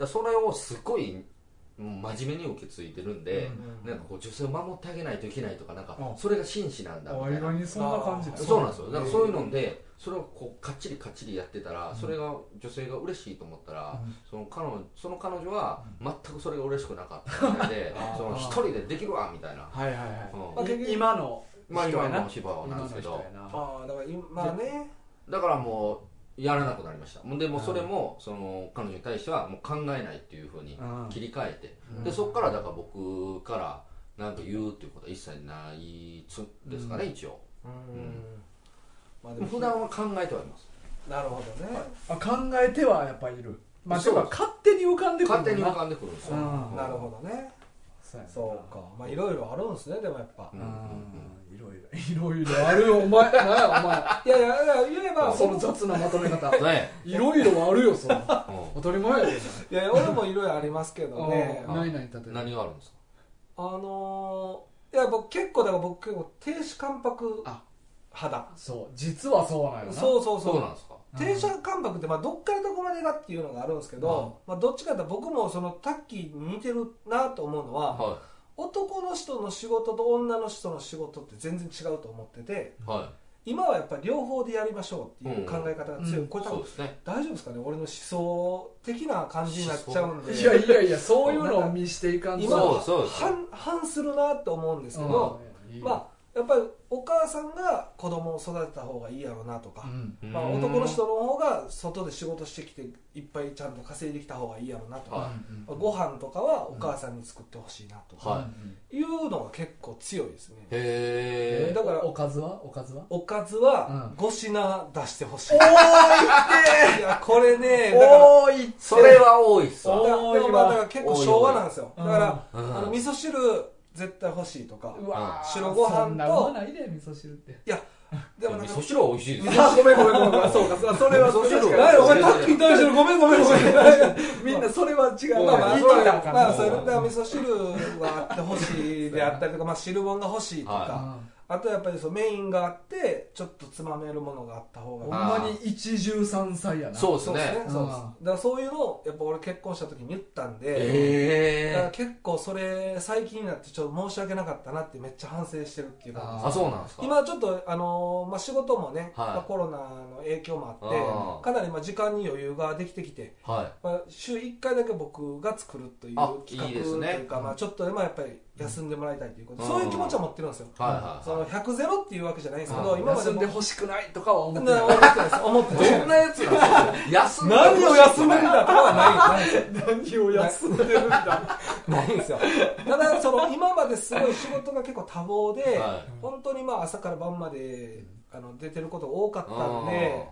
S3: らそれをすごいもう真面目に受け継いでるんで、
S1: うん
S3: なんかこう女性を守ってあげないといけないとかなんか
S2: あ
S3: それが紳士なんだみた
S2: 意
S3: いな
S2: 外にそんな感じ
S1: あー
S3: そうなんですよ
S1: だ
S3: なんかそういうのでそれをこうかっちりかっちりやってたらそれが女性が嬉しいと思ったら
S2: うん
S3: その彼女その彼女は全くそれが嬉しくなかったみたいで
S1: あー
S3: その一人でできるわみたいな
S1: はいはいはい
S3: うん
S1: まあ結局
S2: 今の
S3: まあ
S2: 人
S3: 今
S2: やな
S3: の芝はなんですけど
S2: 今の人や
S1: ああだから今まあね
S3: だからもうやらなくなりましたもうでもそれもその彼女に対してはもう考えないっていうふうに
S2: うん
S3: 切り替えて、
S1: うん
S3: でそこからだから僕からなんか言うっていうことは一切ないつですかね、一応
S1: うん
S3: ん
S1: まあ
S3: で
S1: で
S3: も
S1: も
S3: 普段は考えてはいます
S1: なるほどね
S2: あ考えてはやっぱいるまあ
S3: そう
S2: てか勝手に浮かんでくるも
S3: 勝
S2: ん
S3: 手に浮
S2: な
S3: かんでくるんですよ、
S2: うん
S3: うん
S1: なるほどね
S2: そうやな
S1: そうかまあいろいろあるんですねでもやっぱ
S3: う
S2: うんん
S3: うん
S2: いろいろいろいろあるよお前何やお前
S1: いやいやいや言えば
S2: その雑なまとめ方
S3: ね
S2: いろいろあるよそれ
S3: う
S2: 当たり前やで
S1: いやいや俺もいろいろありますけどね
S2: お前何々例え
S3: ん
S2: ば
S3: 何があるんですか
S1: あのーいや僕結構だから僕結構低脂関白
S2: あ
S1: 肌
S2: そう実はそうなんよな
S1: そうそうそう
S3: そうなんですか
S1: 低脂関白ってまあどっからどこまでがっていうのがあるんですけど、まあ、どっちかっていうと僕もそのタッキーに似てるなと思うのは、
S3: は
S1: 男の人の仕事と女の人の仕事って全然違うと思ってて
S3: いは
S1: 今はやっぱり両方でやりましょうっていう考え方が強い、
S2: うん
S1: こ
S3: い
S1: れ多
S3: そう
S1: 分
S3: ですね
S1: 大丈夫ですかね俺の思想的な感じになっちゃうんで
S2: いやいやいやそういうのを見していかんと
S1: 今は
S3: そうそうそう
S1: 反反するなと思うんですけど、
S2: うん
S1: まあやっぱりお母さんが子供を育てた方がいいやろうなとか、
S2: うん
S1: まあ、
S3: うん
S1: 男の人の方が外で仕事してきていっぱいちゃんと稼いできた方がいいやろうなとか、
S3: は
S2: うん
S1: ご飯とかはお母さんに作ってほしいなとか、、
S3: はい
S1: うのが結構強いですね
S2: え
S3: へえ
S1: だから
S2: おかずはおかずは
S1: おかずは
S2: うん
S1: 5品出してほしい、
S2: お
S1: いやこれねだから
S2: おーいって
S3: それは多いっす
S1: だ
S3: わ
S2: お
S1: か
S2: 多い
S1: ら
S2: わ
S1: まあだから結構昭和なんですよ
S2: 多
S1: だ
S2: い
S1: か
S2: わ
S1: ら、
S3: うん
S1: あの味噌汁絶対欲しいとか
S2: うわー
S1: 白ご飯と
S2: そんなもんないで味噌汁って
S1: いやでもなん
S3: 味
S1: か
S3: 噌汁は美味しいです よ
S2: あごめんごめんごめんごめんそうかそうそれは
S3: 味噌
S2: 確
S3: 汁
S2: かに
S1: 何やお前タッキーに対してるごめんごめんごめん
S2: みんなそれは違う
S1: まあまあ、
S2: 言い
S1: そ
S2: と
S1: う
S2: いたらあ
S1: だ
S2: かん
S1: まあ、それで味噌汁はあってほしいであったりとか、まあ、汁物が欲しいとか、
S3: は
S1: あとやっぱりそうメインがあってちょっとつまめるものがあった方
S2: ほ
S1: が
S2: んまに一汁三菜やな
S3: そうです
S1: そうですね
S3: ね
S1: そうですだからそういうのをやっぱ俺結婚した時に言ったんで、だから
S3: ええ
S1: 結構それ最近になってちょっと申し訳なかったなってめっちゃ反省してるっていう感
S3: あそうなんですか
S1: じ今ちょっと、あのーまあ、仕事もね、
S3: はい
S1: まあ、コロナの影響も
S3: あ
S1: あっ
S3: ー
S1: てかなりまあ時間に余裕ができてきて、
S3: はい
S1: まあ、週1回だけ僕が作るという
S3: あ
S1: 企画
S3: いい
S1: とい
S3: で
S1: う
S3: すね
S1: かまあ、ちょっとでもやっぱり休んでもらいたいということ、
S3: うん
S1: そういう気持ちは持ってるんですよ、
S3: はいはい
S1: その100ゼロっていうわけじゃないんですけど、
S3: うん
S1: 今まで
S2: 休んでほしくないとかは思って
S1: な思
S2: ない
S1: ってないです思ってない
S3: どんなやつなんですか休んで
S1: 何を休むんだとかはないない
S2: 何を休んでるんだ
S1: ないんですよただその今まですごい仕事が結構多忙で、
S3: はい
S1: 本当にまあ朝から晩まであの出てることが多かったんで、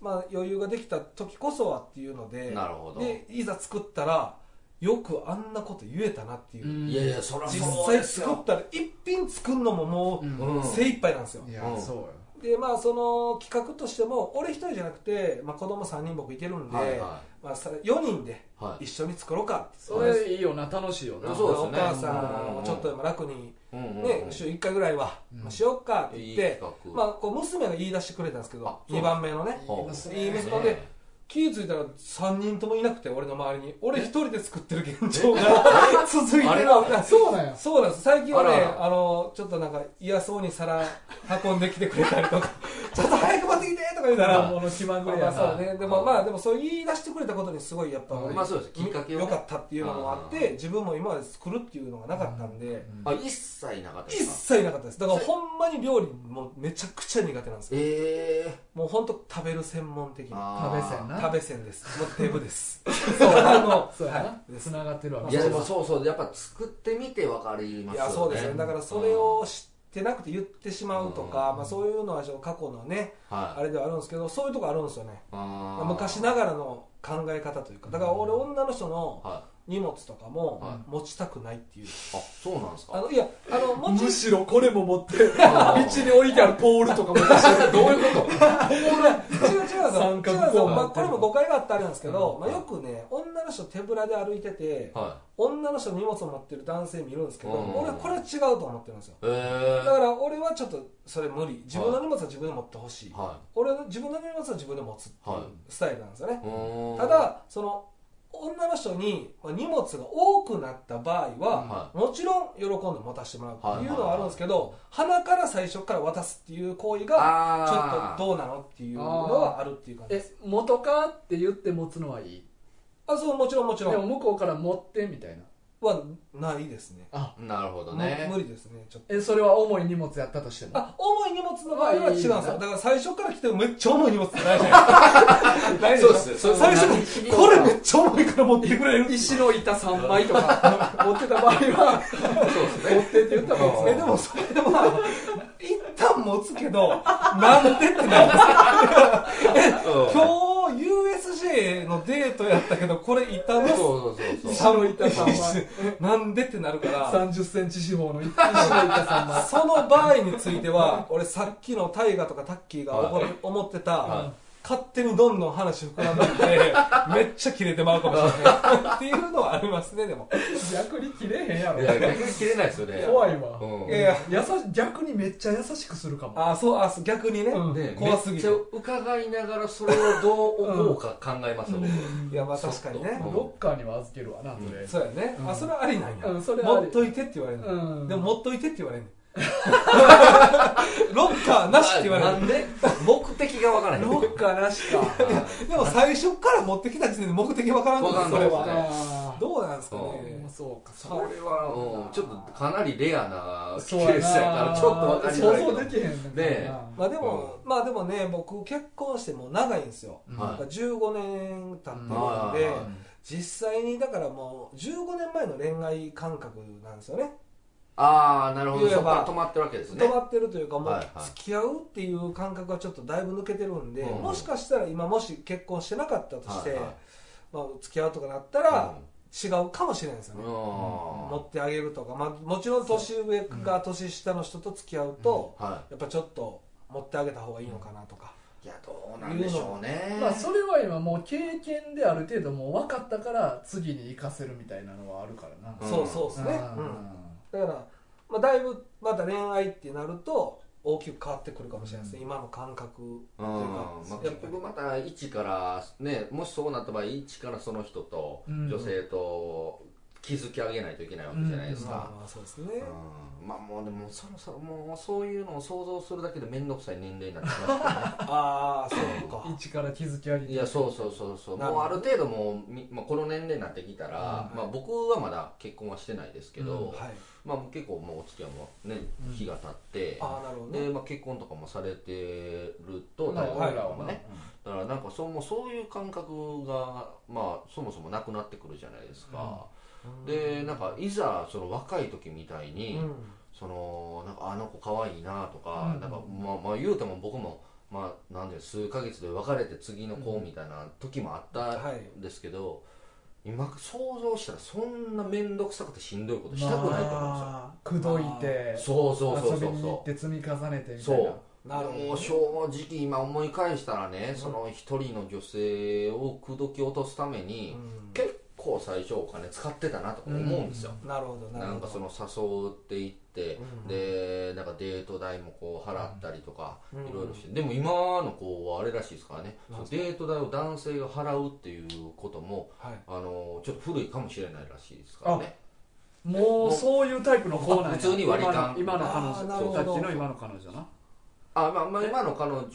S1: まあ、余裕ができた時こそはっていうので
S3: なるほど
S1: でいざ作ったらよくあんなこと言えたなっていう、
S3: いやいやそら
S1: 実
S3: そうで
S1: 際
S3: す
S1: 作
S3: よ
S1: ったら一品作るのもも
S2: うん
S3: う
S1: うん精一杯なんですよ、
S2: いや
S3: うん
S2: そうよ
S1: でまあその企画としても俺一人じゃなくて、まあ、子供3人僕いてるんで、
S3: はいは
S1: まあ、さ4人で
S3: いはい
S1: 一緒に作ろうかって
S2: それいいよな楽しいよな
S3: そうです
S1: お
S3: ね
S1: 母さんもちょっとでも楽に、
S3: うんうんうん
S1: ね週1回ぐらいは、
S2: うん
S1: まあ、しようかって言って
S3: いい企画
S1: まあ、こう娘が言い出してくれたんですけ
S3: あ
S1: ど
S3: そう
S1: 2番目のね
S3: ほう
S1: いい息子で気ぃ付いたら3人ともいなくて俺の周りに俺一人で作ってる現 状が続いて
S3: あれ
S1: るわけなんです
S2: そう なんや
S1: そうなんです最近はね
S3: あ
S1: あ
S3: ら
S1: のちょっとなんか嫌そうに皿運んできてくれたりと かちょっと早く持ってきてとか言うたら
S2: もの気ま
S1: ま
S2: ぐ
S1: あ
S2: れ
S1: ま
S2: や
S1: あ
S2: な
S1: そうねでもまあでもそう言い出してくれたことにすごいやっぱ俺
S3: まあそうですきっかけをね
S1: 良かったっていうのもあっ
S3: うんうん
S1: て自分も今まで作るっていうのがなかったんで
S3: あ一切なかったで
S1: 一
S3: すか
S1: 切なかったですだからほんまに料理もめちゃくちゃ苦手なんですよ
S3: ええ
S1: もうほんと食べる専門的な
S3: あ
S2: 食
S3: ー
S2: べせんな
S1: 食べ線ですもうデブですそうあの
S2: そうや
S1: は
S2: ない
S1: です
S2: 繋がってるわ
S3: い
S2: け
S3: や
S2: そ
S3: で
S2: う
S3: もそうそうやっぱ作ってみてわか りま
S1: い
S3: す
S1: やそうですよだからそれを知ってなくて言ってしまうとか、
S2: うん
S1: まあ、そういうのはちょっと過去のねあ
S3: はい
S1: れではあるんですけどそういうとこあるんですよね
S3: あー
S1: 昔ながらの考え方というかだから俺女の人の
S3: はい
S1: 荷物とかも
S3: は
S1: 持ちたくないっていう、
S3: あそうなんです
S1: あ
S3: か
S1: のいやあの持
S2: む
S1: ち
S2: しろこれも持って 道
S3: あー
S2: に置いてあるポールとかも
S3: どういうこと
S1: 違う違うんですよ違うんですよ
S2: 三角コーナー
S1: まあ、これも誤解があったあれなんですけど、
S3: うん
S1: まあ、よくね女の人手ぶらで歩いてて
S3: は
S1: 女の人の荷物を持ってる男性見るんですけど
S3: うん
S1: 俺これは違うと思ってるんですよ
S3: いええ
S1: だから俺はちょっとそれ無理自分の荷物は自分で持ってほしい、
S3: は
S1: 俺の自分の荷物は自分で持つっていう
S3: はい
S1: スタイルなんですよね、
S3: いうん
S1: ただその女の人にまあ荷物が多くなった場合は、
S3: は
S1: もちろん喜んで持たせてもらうっていうのはあるんですけど、鼻から最初から渡すっていう行為がちょ
S3: あ
S1: っと
S3: ー
S1: どうなのっていうのはあるっていう感じ
S2: え元かって言って持つのはいい
S1: あそうもちろんもち
S2: で
S1: ろ
S2: も
S1: ん
S2: 向こうから持ってみたいな
S1: はないですね
S2: あ
S3: なるほどね
S1: む無理ですねちょっと
S2: えそれは重い荷物やったとしても
S1: あ重い荷物の場合は違うんですよ
S2: あいいんだ
S1: だから最初から来てもめっちゃ重い荷物ってないじゃないですか
S3: そうっす
S1: ない
S3: そう
S1: 最初に
S2: 石
S1: これめっちゃ重いから持ってくれる
S2: 石の板3枚とか 持ってた場合は持ってって言った場合
S1: えでもそれは一旦持つけどなんでってなるんです
S3: う
S1: 今
S3: ん
S1: 日 USJ のデートやったけどこれ一旦です
S3: そうそうそうそう
S2: 石の板3枚
S1: なんでってなるから
S2: 3 0ンチ四方の石の板3枚
S1: その場合については俺さっきのタイガとかタッキーが思
S3: は
S1: 思って
S3: は
S1: た
S3: い
S1: 勝手にどんどん話膨らんでってめっちゃキレてまうかもしれないっていうのはありますねでも
S2: 逆に切れへんや
S3: いや
S2: ろ
S3: 逆に切れないですよね
S2: 怖いわ
S3: うん
S1: いやいや
S2: 優し逆にめっちゃ優しくするかも
S1: あそうあそう逆にね
S2: うん
S3: で
S1: 怖すぎて
S3: めっちゃ伺いながらそれをどう置こうか考えますよ、
S1: いやまあ確かにね
S3: うん
S2: ロッカーには預けるわなそれ
S1: そうやね
S2: う
S1: あ
S2: ん
S1: それはありなんや
S2: うんそれはあ
S1: 持
S2: り
S1: っといてって言われるの
S2: うん
S1: でも持っといてって言われんねんロッカーなしって言われ
S3: な
S1: る
S3: んで目的がわからへん
S1: ロッカーなしか
S3: はい
S1: でも最初から持ってきた時点で目的わからん
S3: わかん
S1: そ
S3: ない
S1: れ
S3: ですね
S1: は
S2: あ
S1: どうなんですか
S2: あ
S1: ね
S2: そうか
S3: それは、うん、ちょっとかなりレアなケ
S2: そうや
S3: ースやからちょっとわかりづらいけ
S2: 想
S3: ど
S2: 像できへんねん
S3: ね
S1: まあでも、まあでもね僕結婚してもう長いんですよ、
S3: はい
S1: だから15年経ってるんで、
S3: はいはいはい
S1: 実際にだからもう15年前の恋愛感覚なんですよね
S3: ああなるほど
S1: いわ
S3: そこ
S1: ば
S3: から止まってるわけですね
S1: 止まってるというかも
S3: は
S1: う
S3: いはい
S1: 付き合うっていう感覚がちょっとだいぶ抜けてるんで、
S3: うん
S1: もしかしたら今もし結婚してなかったとして、
S3: はいはい
S1: まあ、付き合うとかなったら違うかもしれないですよ
S3: う
S1: ね、
S3: ん
S1: 持ってあげるとか、まあ、もちろん年上が年下の人と付き合うと、
S3: は
S1: やっぱちょっと持ってあげた方がいいのかなとか、
S3: いいやどうなんでしょうね
S2: まあそれは今もう経験である程度もう分かったから次に生かせるみたいなのはあるからな
S3: うん
S1: そうそうですね、うんだから、まあ、だいぶまた恋愛ってなると大きく変わってくるかもしれないですね、今の感覚
S3: うん
S1: という
S3: ま
S1: か
S3: あ、結局また一からねもしそうなった場合一からその人と
S2: うん
S3: 女性と築き上げないといけないわけじゃないです
S1: ま
S3: か
S1: あ、まあそうですね、
S3: うんまあもうでもそろそろもうそういうのを想像するだけで面倒くさい年齢になってきましたね
S1: ああそうか
S2: 一から築き上げ
S3: い
S2: て
S3: やそうそうそうそう
S1: なる
S3: もう
S1: ほ
S3: あ
S1: ど
S3: る程度もうみ、まあ、この年齢になってきたら、
S1: うん
S3: まあ、僕はまだ結婚はしてないですけど、
S2: うん
S1: はい
S3: まあ、結構もうお付き合いもね
S2: うん
S3: 日が経って、
S1: ああなるほど
S3: で
S1: ね
S3: まあ、結婚とかもされてると
S2: まあ
S3: 大
S1: はい
S2: 俺
S3: 学
S2: ら
S3: とか
S2: は
S3: も
S2: な
S3: ねだからなんかそうもうそういう感覚が、まあ、そもそもなくなってくるじゃないですか、でなんかいざその若い時みたいに、
S1: うん
S3: そのなんかあの子可愛いなとか,、
S2: うん
S3: なんかまあ、まあ言うても僕も、まあ、なんで数ヶ月で別れて次の子みたいな時もあった
S1: はい
S3: んですけど、今想像したらそんな面倒くさくてしんどいことしたくないと思
S2: まあ口説いて
S3: うんですよ、そうそうそう
S2: 遊び
S3: そう
S2: に行っ
S3: そう
S2: て積み重ねてみたいな
S3: そう
S1: なるほどね
S3: もう正直今思い返したらね、その一人の女性を口説き落とすために、
S1: うん
S3: 結構最初お金使ってたなとか思うんですよ、
S1: なるほどな
S3: な
S1: る
S3: んか
S1: ほ
S3: そ
S1: ど
S3: の誘っていって、
S1: うん
S3: でなんかデート代もこう払ったりとか、
S1: うん
S3: いろいろしてでも今の子はあれらしいですからね、
S1: なん
S3: そ
S1: で
S3: のデート代を男性が払うっていうことも
S1: はい
S3: あのちょっと古いかもしれないらしいですからね
S2: もうそういうタイプの子なんや
S3: 普通に割り勘
S2: 今の今の
S1: あー
S2: 彼
S1: なる
S2: 女
S1: ほ
S2: さ
S1: ど
S2: っきの今の彼女な
S3: あ、まあまあ、今の彼女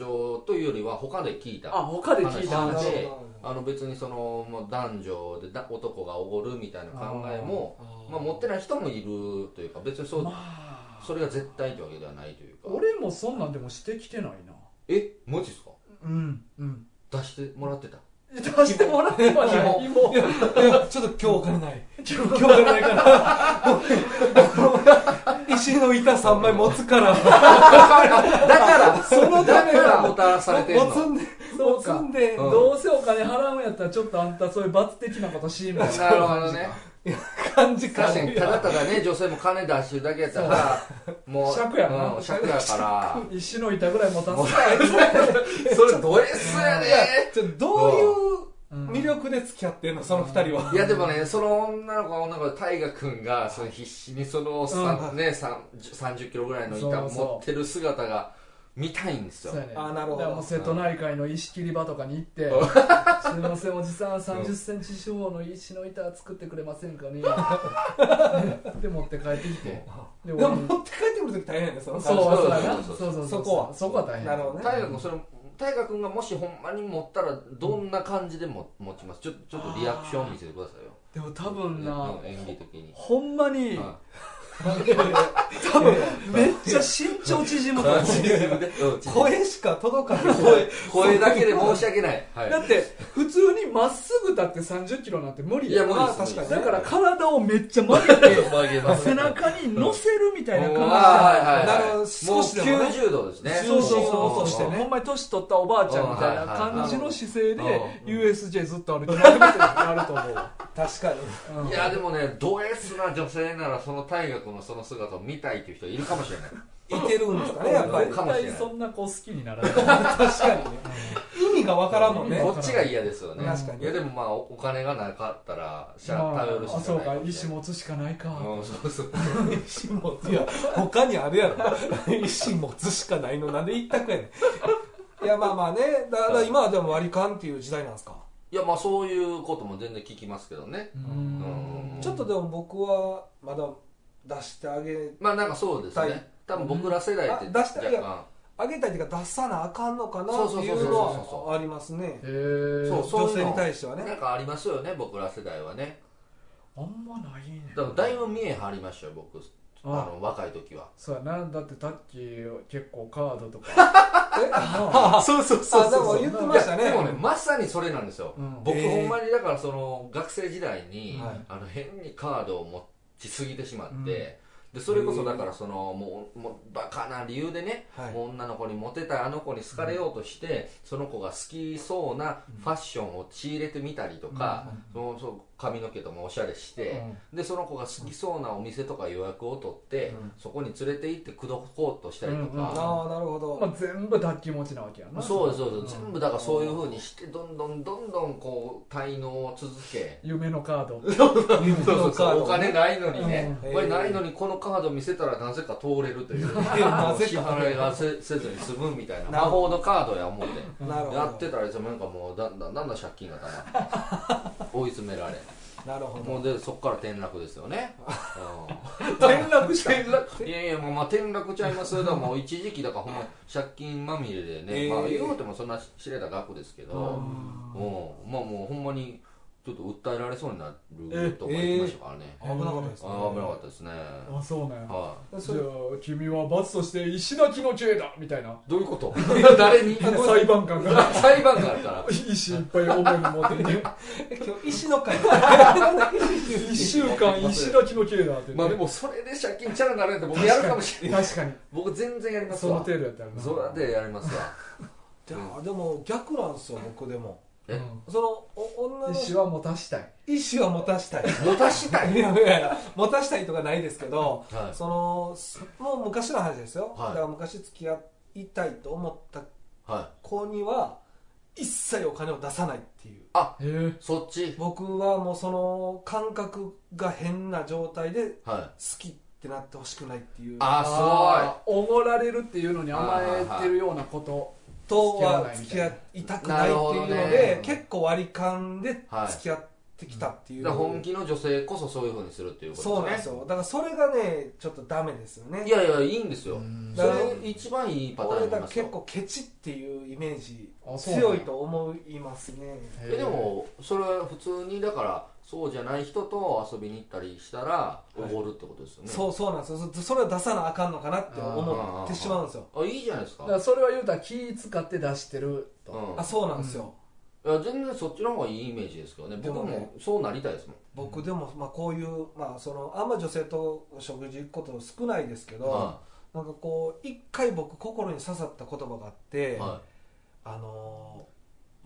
S3: というよりは他で聞いた
S2: あ他で聞いた
S1: あなるほ
S3: 話
S1: どな
S2: 話
S1: る
S3: で
S1: ほど
S3: あの別にそのもう男女でだ男がおごるみたいな考えも
S1: あー
S3: まあ、持ってない人もいるというか別にそう、
S2: まあ
S3: それが絶対というわけではないというか
S2: 俺もそんなんでもしてきてないな
S3: えマジですか
S2: うんうん
S3: 出してもらってた
S2: 出してもらってはない
S1: い
S2: も
S1: やいや ちょっと今日お金ない今日お金ないから僕石の板3枚持つから
S3: だから
S1: そのため
S3: だから
S1: が
S3: もたらされてんの
S1: 持つんで
S2: そ
S1: 持
S2: う
S1: つ
S2: か
S1: んで
S3: うん
S2: どうせお金払うんやったらちょっとあんたそういう罰的なことしみたいな
S3: なるほどね
S1: 感じか
S3: 確かにただただね女性も金出してるだけやったらもう
S2: 尺やな
S3: うん尺やか
S2: 石の板ぐらい持た
S3: も
S2: せ
S3: らそれド S や
S1: いや
S3: で
S1: ちょどう
S2: う
S1: いうん魅力で付き合ってんのその2人はい
S3: やでもねその女の子は女の子で大河君がその必死にその、さ
S1: うん
S3: ね、さん30キロぐらいの板
S2: そうそう
S3: 持ってる姿が見たいんです
S2: そ
S3: よ
S2: うやね
S1: あーなるほど
S2: だからもう瀬戸内海の石切り場とかに行って「
S3: うん
S2: すいませんおじさん3 0ンチ四方の石の板作ってくれませんかね」で持って帰ってきて
S1: で
S2: で
S1: も
S2: 俺に
S1: 持って帰ってくるとき大変やねそ
S2: そ
S1: の
S2: う
S1: 感
S2: そ
S1: じ
S2: うやな
S3: そ
S2: そううそう
S3: そ
S2: うそう
S1: そこは
S2: そこは大変
S1: なるほどね
S3: 大河君それ大河君がもしほんまに持ったらどんな感じでも持ちますちょちょっとリアクション見せてくださいよ
S2: でも多分な
S3: 演技的に
S2: ほんまに
S3: は
S2: 多分めっちゃ身長縮む感じ
S3: いうん
S1: 声しか届かない
S3: 声声だけで申し訳ないはい
S2: だって普通にまっすぐ立って3 0キロなんて無理
S3: いや
S2: や
S3: もう
S1: まあ確かにね
S2: だから体をめっちゃ曲げて背中に乗せるみたいな感じ
S3: はいはいはい
S1: なるほど少しでもね
S3: う90度ですね
S2: そうそうそう
S1: 重心を落としてね
S2: ほんまに年取ったおばあちゃんみたいな感じの姿勢
S3: うん
S2: で
S3: はいはいはい
S1: うん
S2: USJ ずっと歩き回るみたいになると思うわ
S1: 確かに
S2: うん
S3: いやでもねド S な女性ならその大河君のその姿を見たいという人いるかもしれない
S1: いてるんですかねやっぱり
S2: 絶
S3: かもしれない
S2: 対そんな子好きにならない
S1: 確かにね意味がわからんもんね
S3: こっちが嫌ですよね
S1: 確かに
S3: いやでもまあお金がなかったらしゃ頼るしか
S2: あ
S3: ない
S2: そうか石持つしかないか
S3: うんそうそう
S1: 石持ついや他にあるやろ 石持つしかないのなんで一択やねんいやまあまあねだから今はでも割り勘っていう時代なんですか
S3: いやまあそういうことも全然聞きますけどね
S2: う
S3: うんん
S1: ちょっとでも僕はまだ出してあげ
S3: まあなんかそうです
S1: は
S3: ね
S1: い
S3: 多分僕ら世代って
S1: あ出したいや
S3: 若
S1: あげたいっていうか出さなあかんのかな
S3: そう
S1: って
S3: そう
S1: い
S3: そうそう
S1: う
S3: そう
S1: のはありますね
S2: へえ
S3: そう
S1: 女性に対しては
S3: 干なん
S1: ね
S3: かありますよね僕ら世代はね
S2: あんまないね
S3: だからだいぶ見え張りましたよ僕あ
S2: あ
S3: の若い時は
S2: そうやなだってタッキー結構カードとか
S1: そうそう
S2: そうそう
S1: あでも言ってましたね
S3: いやでもねまさにそれなんですよ、
S2: うん
S3: 僕
S1: えー
S3: ほんまにだからその学生時代に、
S1: はい
S3: あの変にカードを持ちすぎてしまって、でそれこそだからそのもうもうバカな理由でね、
S1: はい
S3: もう女の子にモテたいあの子に好かれようとして、その子が好きそうなファッションを仕入れてみたりとか、そうそう髪の毛ともおしゃれして、でその子が好きそうなお店とか予約を取って、そこに連れて行って口説こうとしたりとか、
S2: うんうん
S1: ああなるほ
S2: ま
S1: ど
S2: あ全部タッキー持ちなわけやな
S3: そうですそうです、全部だからそういうふうにしてどんどんどんどんこう滞納を続け
S2: 夢のカード
S1: そう
S3: そうそうそうお金ないのにね、
S1: うん
S3: これないのにこのカード見せたらなぜか通れ るという
S1: なぜ
S3: 支
S1: か
S3: 払いがせせずに済むみたいな
S1: な
S3: 魔
S1: るほ
S3: 法のカードや思って
S1: なるほど
S3: やってたらいつもなんかもうだんだんだんだん借金がたまって追い詰められ
S1: なるほ
S3: もうでそこから転落ですよね、うん
S1: 転落した
S3: 転落いやいやもうまあ転落ちゃいますよだからもう一時期だからほんま借金まみれでね、
S1: えー
S3: まあ言うてもそんな知れた額ですけど、
S2: うん
S3: うんまあもうほんまにちょっと訴えられそうになるとか言ってましたからね、
S1: 危なかったですね
S3: ああ危なかったですね、
S2: あそうなんや
S3: は
S2: じゃあ君は罰として石垣の刑だみたいない
S3: どういうこと 誰に
S2: 裁判官が
S3: 裁判官から
S2: 石いっぱい重いの持って て
S1: 今日石の会
S2: 1週間石垣の刑だって
S3: まあでもそれで借金チャラになるんで僕やるかもしれない
S2: 確かに
S3: 僕全然やります
S2: その
S3: わ
S2: 程度やったらな
S3: そらでやりますわ
S1: いやでも逆なんですよ僕でも
S3: え
S1: そのお女
S2: うん
S1: の
S2: 石は持たしたい
S1: 意思は持たしたい
S3: 持たした い
S1: いやいやいや持たしたいとかないですけど、
S3: はい
S1: そのすもう昔の話ですよ、
S3: はい
S1: だから昔付き合いたいと思った
S3: はい
S1: 子には一切お金を出さないっていう
S2: へえ
S3: そっち
S1: 僕はもうその感覚が変な状態で
S3: はい
S1: 好きってなってほしくないっていう
S3: あ
S2: あーおごられるっていうのに甘えてるようなこと
S1: とは付き合いたくないっていうの
S3: なるほど
S1: で、
S3: ね
S1: 結構割り勘で付き合ってきたって
S3: すご
S1: い、
S3: いうだから本気の女性こそそういうふうにするっていうこと
S1: そうなんですよだからそれがねちょっとダメですよね
S3: いやいやいいんですよ
S2: うん
S3: それ一番いいパターン
S1: 俺だ
S3: になり
S1: から
S3: ますよ
S1: 結構ケチっていうイメージ
S2: あそうなんや
S1: 強いと思いますね
S3: えでもそれは普通にだからそうじゃない人と遊びに行ったりしたらおごるってことですよね
S1: そうそうなんですよそそれは出さなあかんのかなって思ってしまうんですよ
S3: あいいじゃないです
S2: だ
S3: か
S2: からそれは言うたら気使って出してると、
S3: うん
S1: あそうなんですよ、
S3: いや全然そっちの方がいいイメージですけどね
S1: で
S3: 僕
S1: もね
S3: もそうなりたいですもん
S1: 僕でも、まあ、こういう、まあ、そのあんま女性と食事行くこと少ないですけど、
S3: は
S1: なんかこう一回僕心に刺さった言葉があって、
S3: いは
S1: あの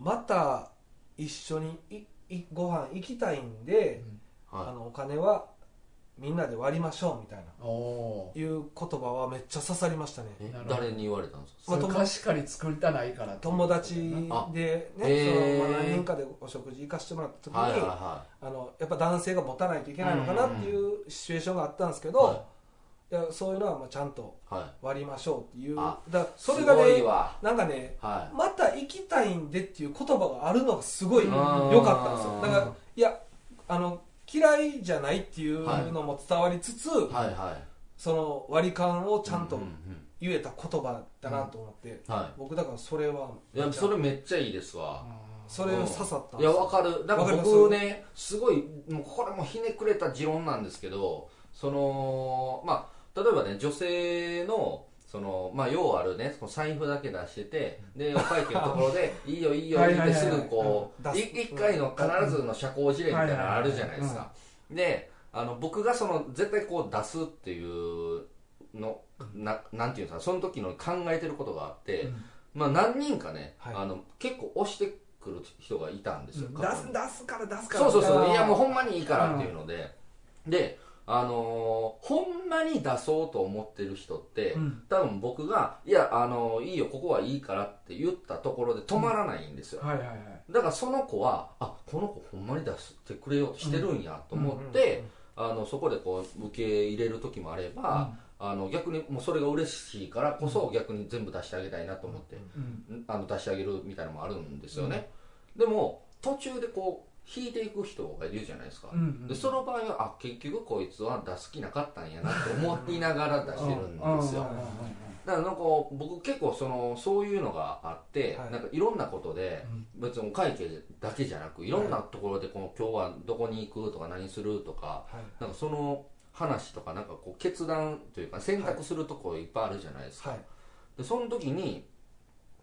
S1: ーまた一緒にいいご飯行きたいんで、
S3: いは
S1: あのお金はみんなで割りましょうみたいな
S2: おお
S1: いう言葉はめっちゃ刺さりましたね
S3: いえ
S2: なるほど
S3: 誰に言われたんですか
S1: ま
S2: ー
S1: あ
S2: それ貸し借り作りたないからっていうこ
S1: 友
S2: とだな
S1: 達でね、
S3: あへー
S1: そのまあ何人かでお食事行かせてもらった時に、
S3: はいはいは
S1: あのやっぱ男性が持たないといけないのかなっていうシチュエーションがあったんですけど、
S3: はい
S1: いやそういうのはまあちゃんと
S3: は
S1: 割りましょうっていうだ
S3: あ
S1: から
S3: い、
S1: それが
S3: すごい
S1: ね
S3: わ
S1: なんかね
S3: は
S1: また行きたいんでっていう言葉があるのがすごい
S2: うん
S1: 良かったんですよだから
S3: うん
S1: いやあの嫌いじゃないっていうのも伝わりつつ、
S3: いはいはい
S1: その割り勘をちゃん
S3: う
S1: と
S3: ううん
S1: 言えた言葉だなと思って、
S3: は
S1: 僕だからそれはい
S3: いやそれめっちゃいいですわ
S1: それ刺さったんです
S3: いやわかるなん
S1: わか
S3: か
S1: ります
S3: 僕ねすごいもうこれもひねくれた持論なんですけどそのまあ例えばね女性のそのまあ要あるねその財布だけ出しててでお会計のところで「いいよいいよ」
S2: はいい
S3: い
S2: はい
S3: っ
S2: はい
S3: てすぐこう
S1: うん出す
S3: い一回の必ずの社交辞令みたいなのあるじゃないで
S2: は
S3: すかであの僕がその絶対こう出すっていうのななんていうんですかその時の考えてることがあって、まあ、何人かね、
S1: はい
S3: あの結構押してくる人がいたんですよ、
S2: うん
S3: 過去に
S2: 出す出すから出すから
S3: そうそうそう
S1: あー
S3: いやもうほんまにいいからっていうので、であのーほんまに出そうと思ってる人って、
S2: うん
S3: 多分僕が「いや、あのーいいよここはいいから」って言ったところで止まらないんですよ、
S2: はいはいはい
S3: だからその子はあこの子ほんまに出してくれようとしてるんやと思って、あのそこでこう受け入れる時もあれば、あの逆にもうそれが嬉しいからこそ逆に全部出してあげたいなと思って
S2: うん
S3: あの出してあげるみたいなのもあるんですよね、でも途中でこう引いていく人がいるじゃないですか、
S2: うんうん
S3: でその場合はあ結局こいつは出す気なかったんやなって思いながら出してるんです
S2: うんうん
S3: よ、
S2: うんうん
S3: だからなんか僕結構そのそういうのがあって、
S1: はい
S3: なんかいろんなことで、別にお会計だけじゃなくいろんなところでこの今日はどこに行くとか何するとか
S1: はい
S3: なんかその話とかなんかこう決断というか選択するところいっぱいあるじゃないですか、
S1: はい
S3: でその時に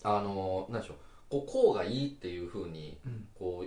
S3: あの何でしょうこうこうがいいっていうふうに
S2: うん
S3: こ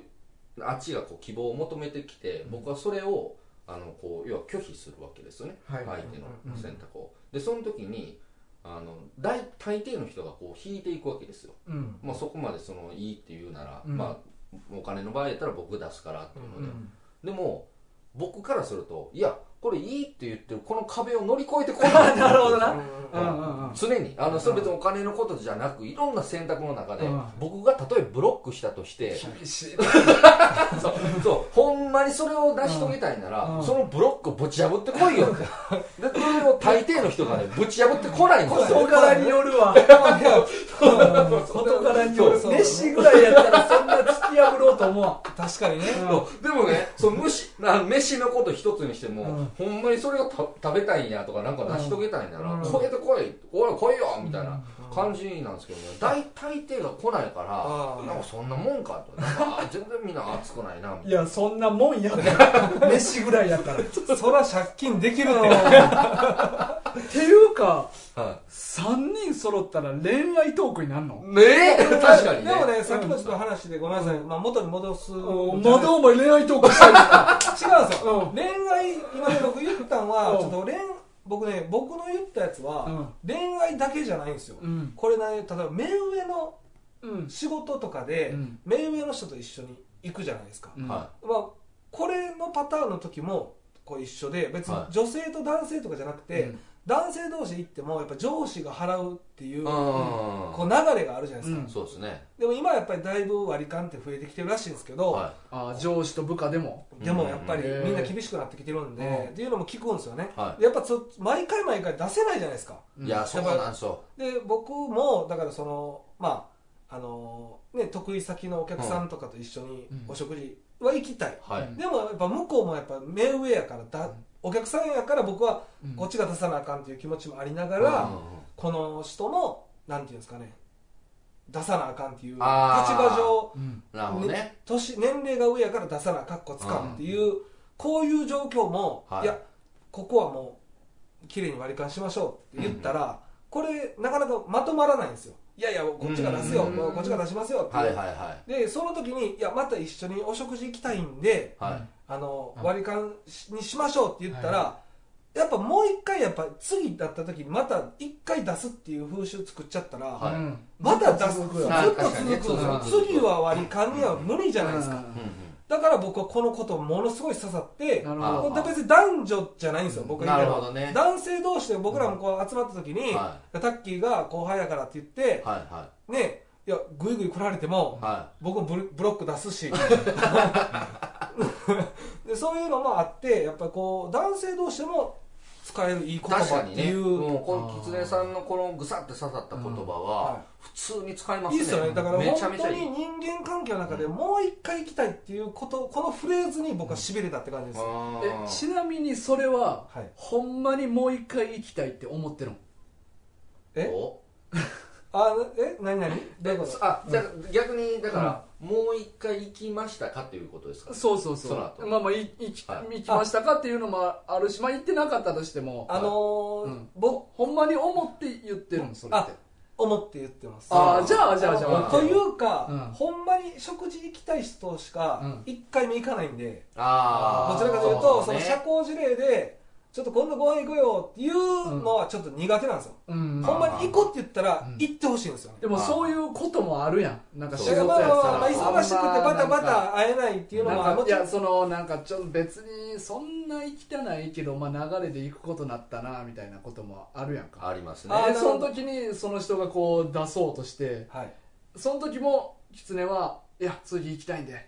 S3: うあっちがこう希望を求めてきて、僕はそれをあのこう要は拒否するわけですよね、
S2: はい
S3: 相手の選択を、でその時にあの大大抵の人がこう引いていくわけですよ、
S2: うん
S3: まあ、そこまでそのいいって言うなら、
S2: うん
S3: まあ、お金の場合やったら僕出すからっていうの
S2: う
S3: で、
S2: ん
S3: でも僕からするといやこれいいって言ってるこの壁を乗り越えてこ ないなるほどな
S2: うんうんうん
S3: 常にあのそれ別にお金のことじゃなくいろんな選択の中で
S2: うん
S3: 僕が例えばブロックしたとして
S2: 厳しい
S3: そうそうほんまにそれを成し遂げたいな
S2: う
S3: ら
S2: ん
S3: そのブロックをぶち破ってこいよって でそれを大抵の人がねぶち破ってこないんですよ
S2: 外からによるわ外からによ
S1: そ
S2: る
S1: う
S2: メッシぐらいやったらそんな突き破ろうと思わ
S1: 確かにね
S2: ん
S3: そうでもねそう飯な飯のこと一つにしても、
S2: うん
S3: ほんまにそれをた食べたいんやとかなんか成し遂げたいんなら、
S2: うん
S3: 超えてこいおい来いよみたいな感じなんですけどね大大抵が来ないか
S1: あー
S3: らなんかそんなもんかとなんかあー全然みんな熱くないなみたいな。
S2: いやそんなもんやったメッシぐらいやったらって
S1: そら借金できるって
S2: いうか
S3: は
S2: 3人揃ったら恋愛トークになる
S3: い
S2: の
S3: ねえ 確かにね
S1: でもねさっきのちょっと話でごめんなさい、まあ、元に戻す
S2: ま
S1: 戻
S2: だお前恋愛トークしてる
S1: 違うんです
S2: う
S1: よ
S2: ん
S1: 恋愛今ね僕言ったんは
S2: うん
S1: ちょっと恋僕ね僕の言ったやつは恋愛だけじゃないんですよ
S2: うん
S1: これね例えば目上の
S2: うん
S1: 仕事とかで
S2: うん
S1: 目上の人と一緒に行くじゃないですか
S2: うん
S3: は
S1: まあこれのパターンの時もこう一緒で別に
S3: はい
S1: 女性と男性とかじゃなく
S2: う
S1: て
S2: ん
S1: 男性同士行ってもやっぱ上司が払うってい
S3: い、
S1: う
S3: う
S1: こ
S3: ん
S1: う流れがあるじゃないです
S2: う
S1: か
S2: ん
S3: そうですね
S1: でも今やっぱりだいぶ割り勘って増えてきてるらしいんですけど、
S3: は
S2: あー上司と部下でも
S1: でもやっぱり
S2: うん
S1: みんな厳しくなってきてるんで、
S2: う
S1: っ
S2: ん
S1: ていうのも聞くんですよね、
S3: はい
S1: でやっぱそ毎回毎回出せないじゃないですか
S3: い、いやそうなんですよ
S1: で僕もだからそのまああのね得意先のお客さんとかと一緒に
S2: うん
S1: お食事は行きたい、
S3: はい、
S2: うん
S1: でもやっぱ向こうもやっぱ目上やからだ、
S2: うん
S1: お客さんやから僕は
S2: うん
S1: こっちが出さなあかんっていう気持ちもありなが
S3: うん
S1: ら、この人もなんていうんですかね出さなあかんっていう立
S3: あー
S1: 場上
S2: うん
S3: なるほどね
S1: ね年年齢が上やから出さなかっこつかんっていう、こういう状況も、
S3: はい
S1: い、やここはもう綺麗に割り勘しましょうって言ったら、これなかなかまとまらないんですよいやいやこっちが出すよ、
S3: うんうんうん
S1: こっちが出しますよっていう、
S3: はいはいは
S1: でその時にいやまた一緒にお食事行きたいんで
S3: いはい、
S1: あの
S2: うん
S1: 割り勘しにしましょうって言ったら、やっぱもう一回やっぱ次だった時にまた一回出すっていう風習作っちゃったら、
S3: はい
S2: うん
S1: また出すずっ
S2: 続
S1: と
S2: くよ
S3: な
S1: 続く
S2: 確かにね
S1: の次は割り勘には無理じゃないですか、
S2: うん
S3: うんうん
S1: だから僕はこのことものすごい刺さって
S2: なる
S3: あ
S2: ほ
S3: ー
S2: ど
S1: これ別に男女じゃないんですよ、僕が言いたいのは
S3: なるほどね
S1: 男性同士で僕らもこう集まった時に、
S3: は
S1: タッキーが後輩やからって言って、
S3: はいは
S1: ねいやグイグイ来られても
S3: い、は
S1: 僕もブルブロック出すしでそういうのもあってやっぱこう男性同士でも使えるいい言
S3: 確か
S1: 葉っ
S3: に
S1: て
S3: ね、
S1: いう、
S3: うん、この狐さんのこのぐさって刺さった言
S1: う
S3: 葉
S1: んはい
S3: は普通に使います
S1: い
S3: ね
S1: いっすよねだから
S3: めちゃ
S1: 本
S3: めち
S1: 当
S3: ゃ
S1: に
S3: いい
S1: 人間関係の中でもう一回行きたいっていうことこのフレーズに僕はしびれたって感じです、
S3: あー
S2: えちなみにそれは、
S1: はい
S2: ほんまにもう一回行きたいって思ってるの
S1: え
S3: お
S1: あえ何何どういうこと
S3: あじゃあ逆にだから、もう一回行きましたかっていうことですか
S2: そうそうそう
S3: その後
S2: まあまあい行き,、
S3: はい
S2: 行きましたかっていうのもあるしまあ行ってなかったとしても
S1: あのー
S2: うん
S1: 僕
S2: ほんまに思って言ってるのそれって
S1: 思って言ってます
S2: あ
S3: あ
S2: あじゃあじゃあじゃあ
S1: というか、
S2: うん
S1: ほんまに食事行きたい人しか
S2: う
S1: 1回目行かないんで、
S3: あ
S1: ど
S3: ー
S1: ちらかというとそ
S3: そうね
S1: の社交辞令でちょっと今度ご飯行こうよっていうのはちょっと苦手なんですよ、
S2: うん
S1: ほんまに行こうって言ったら
S2: うん
S1: 行ってほしいんですよね、
S2: でもそういうこともあるやんなんか仕
S1: だ
S2: 事
S1: か
S2: や
S1: らまあまあまあまあ
S3: 仕事
S1: 忙しくてバタバタ会えないっていうの
S2: な
S1: は
S2: ん
S1: も
S2: かい
S1: ちろん
S2: やそのなんかちょっと別にそんな行きたないけど、まあ、流れで行くことなったなみたいなこともあるやんか
S3: あります
S1: あ
S3: ね
S1: ー
S2: で
S1: なる
S2: そ
S1: ほど
S2: の時にその人がこう出そうとして
S1: はい
S2: その時も狐はいや次行きたいんで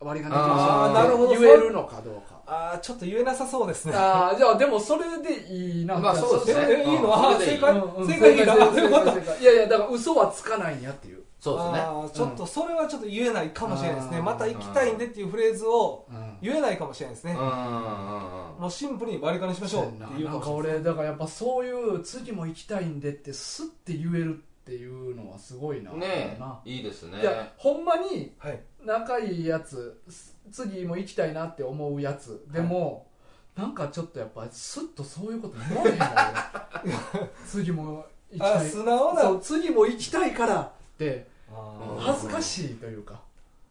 S2: 割り勘でき
S1: あーなるほ
S2: ま
S1: ど
S2: しょう言えるのかどうか
S1: ああちょっと言えなさそうですね
S2: ああじゃあでもそれでいいな
S3: まあそうですね
S1: えいいの
S3: うん
S1: あー
S3: それで
S1: 正
S3: いい
S1: 解
S2: うんうん
S1: 正解いいな
S2: 正解
S1: よかった
S2: 正解いやいやだから嘘はつかないんやっていう、
S3: そうですね
S1: あーちょっとそれはちょっと言えないかもしれないですね、
S2: うん
S1: また行きたいんでっていうフレーズを
S2: うん
S1: 言えないかもしれないですね
S3: うん、うんうん
S1: もうシンプルに割り勘にしましょうっていう
S2: な
S1: かも
S2: ん
S1: し
S2: か
S1: れない
S2: 俺だからやっぱそういう次も行きたいんでってスッて言えるっていうのはすごいな
S3: ね
S2: ない
S3: いですね
S2: やほんまに
S1: はい
S2: 仲いいやつす次も行きたいなって思うやつでも、なんかちょっとやっぱスッとそういうこと言われへんわ俺 次も行き
S1: あ
S2: たい
S1: 素直な
S2: そう次も行きたいからって
S1: あー
S2: 恥ずかしいというか、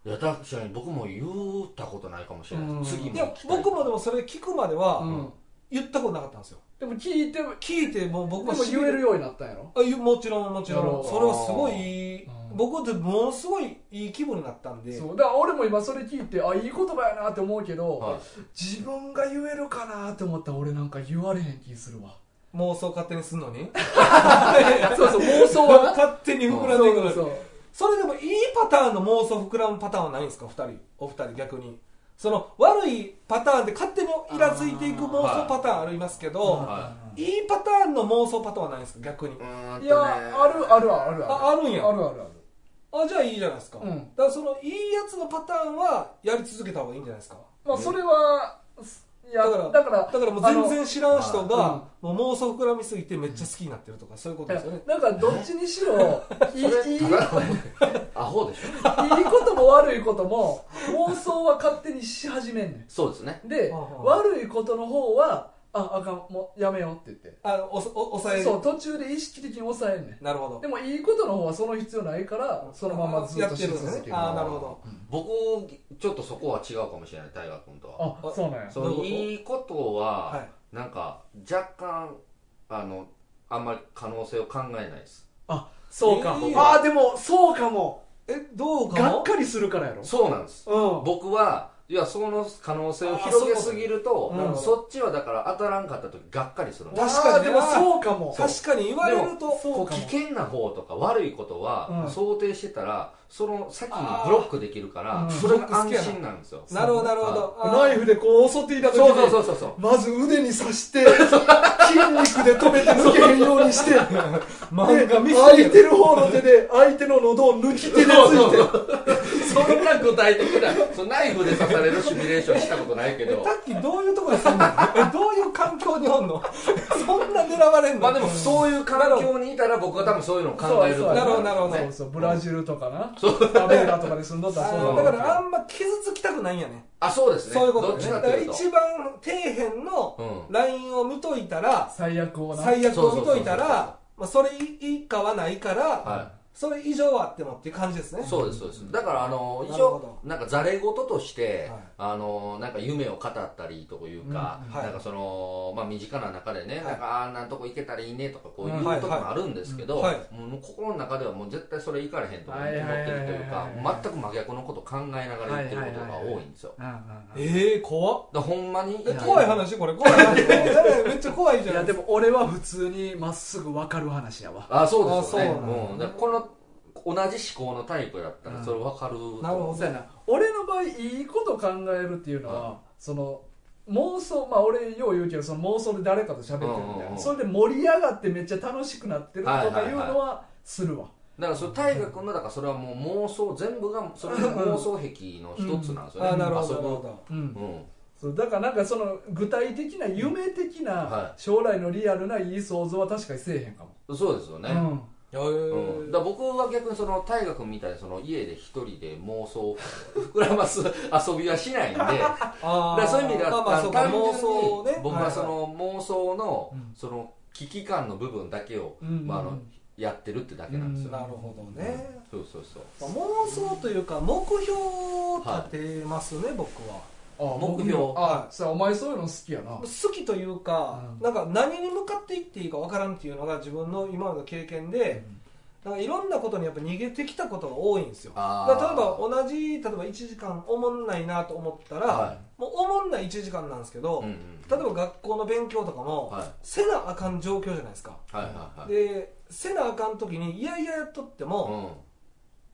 S3: いや確かに僕も言ったことないかもしれない、
S2: うん
S3: 次も
S1: いや
S3: 行きた
S1: 僕もでもそれ聞くまでは
S2: うん
S1: 言ったことなかったんですよ
S2: でも聞いても
S1: 聞いてもう
S2: で
S1: 僕
S2: も
S1: は
S2: 言えるようになったんやろ
S1: あゆもちろんもちろん
S2: なるほど
S1: それはすごいいい
S2: うん
S1: 僕でものすごいいい気分になったんで
S2: そうだから俺も今それ聞いてあいい言葉やなって思うけど、
S3: はい
S2: 自分が言えるかなって思ったら俺なんか言われへん気するわ
S1: 妄想勝手にすんのに
S2: そうそう妄想はな
S1: 勝手に膨らんでいく
S2: そう
S1: の
S2: そう
S1: それでもいいパターンの妄想膨らむパターンはないんですか2人お二人逆にその悪いパターンで勝手にイラついていく妄想パターンありますけ
S2: そう、
S1: ど
S3: はい
S1: いパターンの妄想パターンはないんですか逆に
S3: うーんとね
S2: いやあるあるあるある
S1: ああるんや
S2: あるあるある
S1: あじゃあいいじゃないですか、
S2: うん
S1: だからそのいいやつのパターンはやり続けた方がいいんじゃないですか
S2: まあそれはいや
S1: だ
S2: だ
S1: か
S2: からら
S1: だからもう全然知らん人が
S2: あ
S1: もう妄想膨らみすぎてめっちゃ好きになってるとかそういうことですよね
S2: なんかどっちにしろいいいい
S3: そ
S2: い
S3: れ
S2: い
S3: ただのアホでしょ
S2: ことも悪いことも妄想は勝手にし始めんね
S3: そうですね
S2: んで
S1: ああ
S2: 悪いことの方はああかんもうやめようって言って
S1: あのおそお抑え
S2: そう途中で意識的に抑えんねん
S1: なるほ
S2: でもいいことの方はその必要ないからそのままずっとし
S1: や
S2: 続
S1: ってる
S2: け
S1: んです
S2: る
S1: ねあーなるほど
S3: 僕ちょっとそこは違うかもしれない大河君とは
S2: あそうなんや
S3: そ
S1: どういうこと
S3: のいいこと
S1: ど
S3: は、
S1: はい
S3: なんか若干あのあんまり可能性を考えないです
S2: あそうか
S1: いいよ
S2: あーでもそうかも
S1: えどうか
S2: がっ
S1: も
S2: かりするからやろ
S3: そうなんです
S2: う
S3: 僕はいやその可能性を広げすぎると
S1: あそういうことねうん
S3: そっちはだから当たらんかった時がっかりするん
S2: ん
S3: です
S1: 確かにね
S2: あーでもそうかも
S1: 確かに言われると
S2: そう
S3: こう
S2: か
S3: 危
S2: も
S3: 険な方とか悪いこと
S2: う
S3: は
S2: ん
S3: 想定してたら、その先にブロックできるから、
S2: うん
S3: それが安心なんですよ、
S1: なるほどなるほどあー
S2: ナイフでこう襲っていた時に
S3: そうそうそうそうそう
S2: まず腕に刺して筋肉で止めて抜けへんよう にして
S1: 漫画見
S2: で
S1: せ
S2: 空
S1: て
S2: いてる方の手で相手の喉を抜き手でついて
S3: そんな具体的なそのナイフで刺されるシミュレーションしたことないけ
S1: え
S3: ど
S1: タッキーどういうところに住んでるのえどういう環境におんの そんな狙われんの
S3: まあでもそういう環境にいたら僕は多分そういうのを考えると思う
S1: なるほどなるほど
S2: そうそうブラジルとかなアメリカとかで住んどったらそう
S1: あ
S2: な
S1: ー
S2: ん
S1: だ
S2: や
S1: からあんま傷つきたくないんやね
S3: あそうですね
S1: そういうこと
S3: どっ
S1: ね
S3: ち
S1: だ
S3: か
S1: か
S3: と
S1: ら
S3: いう
S1: 一
S3: と
S1: 番底辺の
S3: う
S1: ラインを見といたら
S2: 最悪をな
S1: 最悪を見といた
S3: そうそうそうそう
S1: らまあそれ以下はないから、
S3: は
S1: それ以上はあってもっていう感じですね
S3: そうですそうですだからあの
S1: な
S3: 一
S1: るほ
S3: 応なんかざれ事として、
S1: はい
S3: あのなんか夢を語ったりというか、
S1: うんはい
S3: なんかそのまあ身近な中でね、
S1: い
S3: なんかあーなんとこ行けたらいいねとかこういう
S2: うん
S1: はい
S3: とこもあるんですけど、
S1: はい
S3: もう心の中ではもう絶対それ行かれへんと思ってるという
S2: はいはいは
S3: か
S2: いはいはい
S3: 全く真逆のこと考えながら言ってることが多いんですよ。
S2: うんうんうん
S1: ええー、怖っ
S3: だからほんまに
S1: え怖い話これ怖い話 めっちゃ怖いじ
S2: い
S1: ゃ
S2: や
S1: ん
S2: でも俺は普通にまっすぐ分かる話やわ
S3: あそうですよね
S1: あそうなんだ
S3: うんだからこの同じ思考のタイプだったらそれ分かると思う
S1: なるほど
S2: そうやな俺の場合いいこと考えるっていうのは、
S3: うん
S2: その妄想まあ俺よう言うけどその妄想で誰かと喋ってるみ
S3: う
S2: たい
S3: んうんう
S2: なんそれで盛り上がってめっちゃ楽しくなってるとかいう
S3: はいはい
S2: のはするわ
S3: だからそれ大河君のだからそれはもう妄想全部がそれが妄想壁の一つなんですよね、
S1: あなるほど
S3: 遊
S1: なる
S3: ぶ
S1: ほど
S2: うん
S3: うん
S2: そうだからなんかその具体的な夢的
S3: うんは
S2: な将来のリアルないい想像は確かにせえへんかも、
S3: そうですよね、
S2: うん
S1: へ
S3: うん、
S1: え
S3: だから僕は逆にその大河君みたいにその家で一人で妄想を膨らます遊びは しないんでだか
S1: あー
S3: らそういう意味では、
S1: まあまあそうか
S3: 単純に
S1: 妄想をね
S3: 僕はその妄想の
S2: うん
S3: その危機感の部分だけを、
S2: うん
S3: まあ、あのやってるってだけなんです
S2: う
S3: よ、
S2: ん
S1: なるほどね、
S3: そうそうそう
S1: まあ妄想というか目標を立てますね、僕は
S2: あ
S3: 目標
S2: あそれお前そういうの好きやな
S1: 好きというか、
S2: うん
S1: なんか何に向かっていっていいかわからんっていうのが自分の今までの経験で、なんかいろんなことにやっぱ逃げてきたことが多いんですよだか
S3: あー
S1: ら例えば同じ例えば1時間おもんないなと思ったら、
S3: は
S1: もうおもんない1時間なんですけど、
S3: うんうん
S1: 例えば学校の勉強とかも、
S3: はい
S1: せなあかん状況じゃないですか、
S3: はいはいはい
S1: でせなあかん時にいやいややっとって
S3: う
S1: も、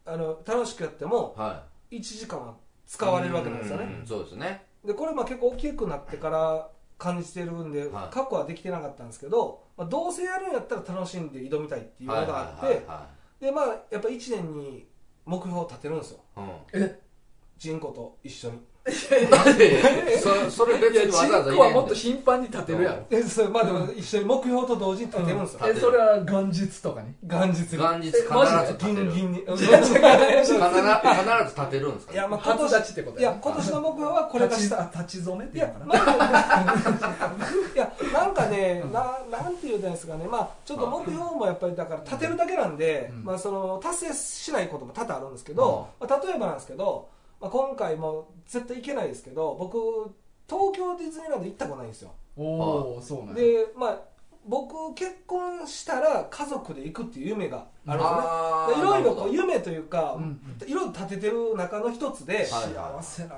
S3: ん
S1: あの楽しくやっても
S3: はい
S1: 1時間は使われるわけなんですよね、
S3: ううそうですね
S1: でこれまあ結構大きくなってから感じてるんで、
S3: はい
S1: 過去はできてなかったんですけど、まあ、どうせやるんやったら楽しんで挑みたいっていうのがあって、
S3: はいはいは
S1: でまあやっぱ1年に目標を立てるんですよ
S3: いはいうん
S1: 人口と一緒に
S3: そそれ別
S2: いや
S3: にわ
S2: チン
S3: ざわざ
S2: コ
S3: 入れ
S2: は
S3: へん
S2: もっ
S3: で
S2: と頻繁に立てるやろ
S1: えそれまあでも一緒に目標と同時に立てるんですよ、
S3: うん
S2: えそれは元日とかに
S1: 元日に
S3: 元日必ず立
S1: ギ
S3: て
S1: ンギ
S3: る必
S1: ン に必ず
S3: ず必ず立てるんですか
S1: いやまあ今
S2: 初
S1: 年
S2: 立ちってこ と
S1: いや今年の目標はこれが
S2: 立ち
S1: した
S2: 立ち染めっ
S1: い
S2: ていうの
S1: や
S2: かな、
S1: まあ、 いやなんかね、ななんていうんですかね、まあ、ちょっと目標もやっぱりだから立てるだけなんで、
S2: うん
S1: まあ、その達成しないことも多々あるんですけど、まあ、例えばなんですけど、まあ、今回も絶対行けないですけど僕東京ディズニーランド行ったことないんですよ、
S2: おおそうなんや
S1: で、まあ、僕結婚したら家族で行くっていう夢があるんですよね
S3: あ
S1: でいろいろこう
S3: う
S1: 夢というか、
S2: うんうん
S1: いろいろ立ててる中の一つで、
S3: はい
S2: 幸せな、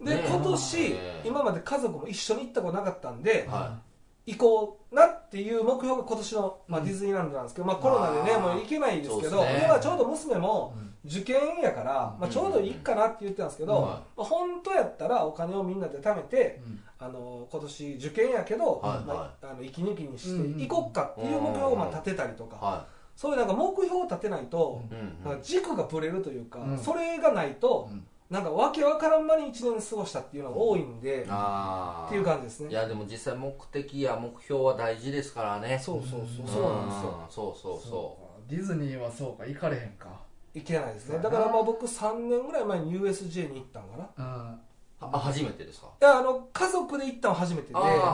S1: で
S3: ねえ
S1: 今年、
S3: ねえ
S1: 今まで家族も一緒に行ったことなかったんで、
S3: は
S1: 行こうなっていう目標が今年の、まあ、
S2: うん
S1: ディズニーランドなんですけど、まあ、コロナでね
S3: あー
S1: もう行けないですけ
S3: そ
S1: ど
S3: うですね
S1: でまあちょうど娘も
S2: うん
S1: 受験やから、まあ、ちょうどいいかなって言ってたんですけど、
S2: うん
S1: まあ、本当やったらお金をみんなで貯めて、あの今年受験やけど、
S3: はい
S1: まあ、あの息抜きにして
S2: うん
S1: 行こっかっていう目標をまあ立てたりとか、
S3: は
S1: そういうなんか目標を立てないと、
S3: いうん
S1: なんか軸がぶれるというか、
S2: うん
S1: それがないと、
S2: うん
S1: なんかわけわからんまに1年過ごしたっていうのが多いんで、っ
S3: ああ
S1: ていう感じです
S3: じ
S1: ね
S3: いやでも実際目的や目標は大事ですからね
S1: そうそうそう
S3: うん
S1: うそうなんですよ
S3: そうそうそ
S2: そうかディズニーはそうか行かれへんか
S1: いけないです
S2: そう
S1: ね
S2: や
S1: だ
S2: な
S1: からまあ僕3年ぐらい前に USJ に行ったんかない
S2: うん
S3: うあ初めてですか
S1: やあの家族で行ったの初めてで
S3: あ
S1: あ、
S3: あはいはい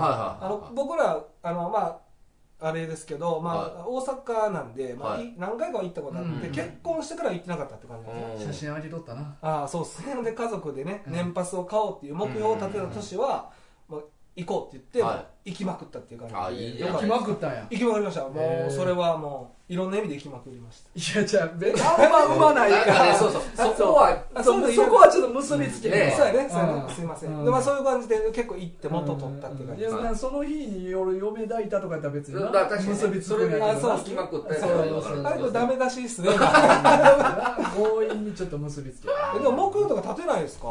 S3: はい
S1: の僕らあのまああれですけど、まあ大阪なんで、まあ
S3: はい
S1: い何回かは行ったことあって、
S2: うんうんうん
S1: 結婚してから行ってなかったって感じなんですね、
S3: うん
S2: 写真あげとったな
S1: ああそうですねで家族でね
S2: うん
S1: 年パスを買おうっていう目標を立てた年は、まあ、行こうって言って、
S3: は
S1: 行きまくったっていう感じで
S3: あいいじゃ
S1: よ
S3: な
S1: か
S3: い
S1: っ
S2: 行
S1: たです
S2: きまくったんや
S1: 行きまくりましたも
S2: へ
S1: う
S2: ー
S1: それはもういろんな意味で行きまくりました
S2: いやじゃあべあんまうまない
S3: なん
S2: か
S3: かね
S2: ら
S3: そうそうそこは
S1: あ
S2: そ
S1: そうう
S2: そこはちょっと結びつけ
S3: うんね
S2: て
S1: そうやね、そうやね
S2: うん
S1: すいません、
S2: うん
S1: でまあ、そういう感じで結構行って元取ったっていう感じ
S2: い
S1: で
S2: や
S1: す、
S2: なんかその日に夜嫁抱いたとかやったら別にな
S3: だから確か
S2: 結
S3: に
S2: びつ
S3: そ
S2: く
S3: れ
S2: んやけ
S3: で
S2: ど
S1: あそう
S3: 行きまくったりと
S2: そう
S3: か
S2: そうそう
S1: あれこれダメ出しですね
S2: 強引にちょっと結びつける
S1: えでも目標とか立てないですか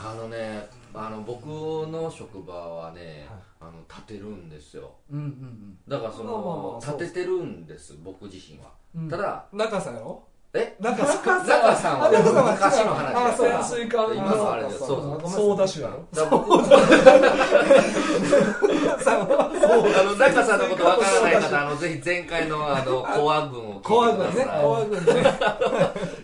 S3: あのねあの僕の職場はね、あの立てるんですよ
S2: うんうん
S3: だからそ
S1: まあまあまあ
S3: の
S1: そう
S3: 立ててるんです僕自身は、
S2: うん
S3: ただ
S1: 中さんやろ
S3: え
S1: 中さん
S3: 中さんは
S1: あ中さんは違う
S3: 昔の
S1: あ
S3: 話だ
S1: そうや
S2: 潜水艦
S3: 今の
S2: の
S3: あれだよそうそう
S2: ソーダ酒やろ
S3: だから僕は
S1: 中さんは
S3: あの中さんのことわからない方あのぜひ前回のあのコア軍を
S1: 怖
S3: 聞い
S1: くな
S3: て
S1: い
S3: く
S1: ね
S3: ださい
S1: 怖くないね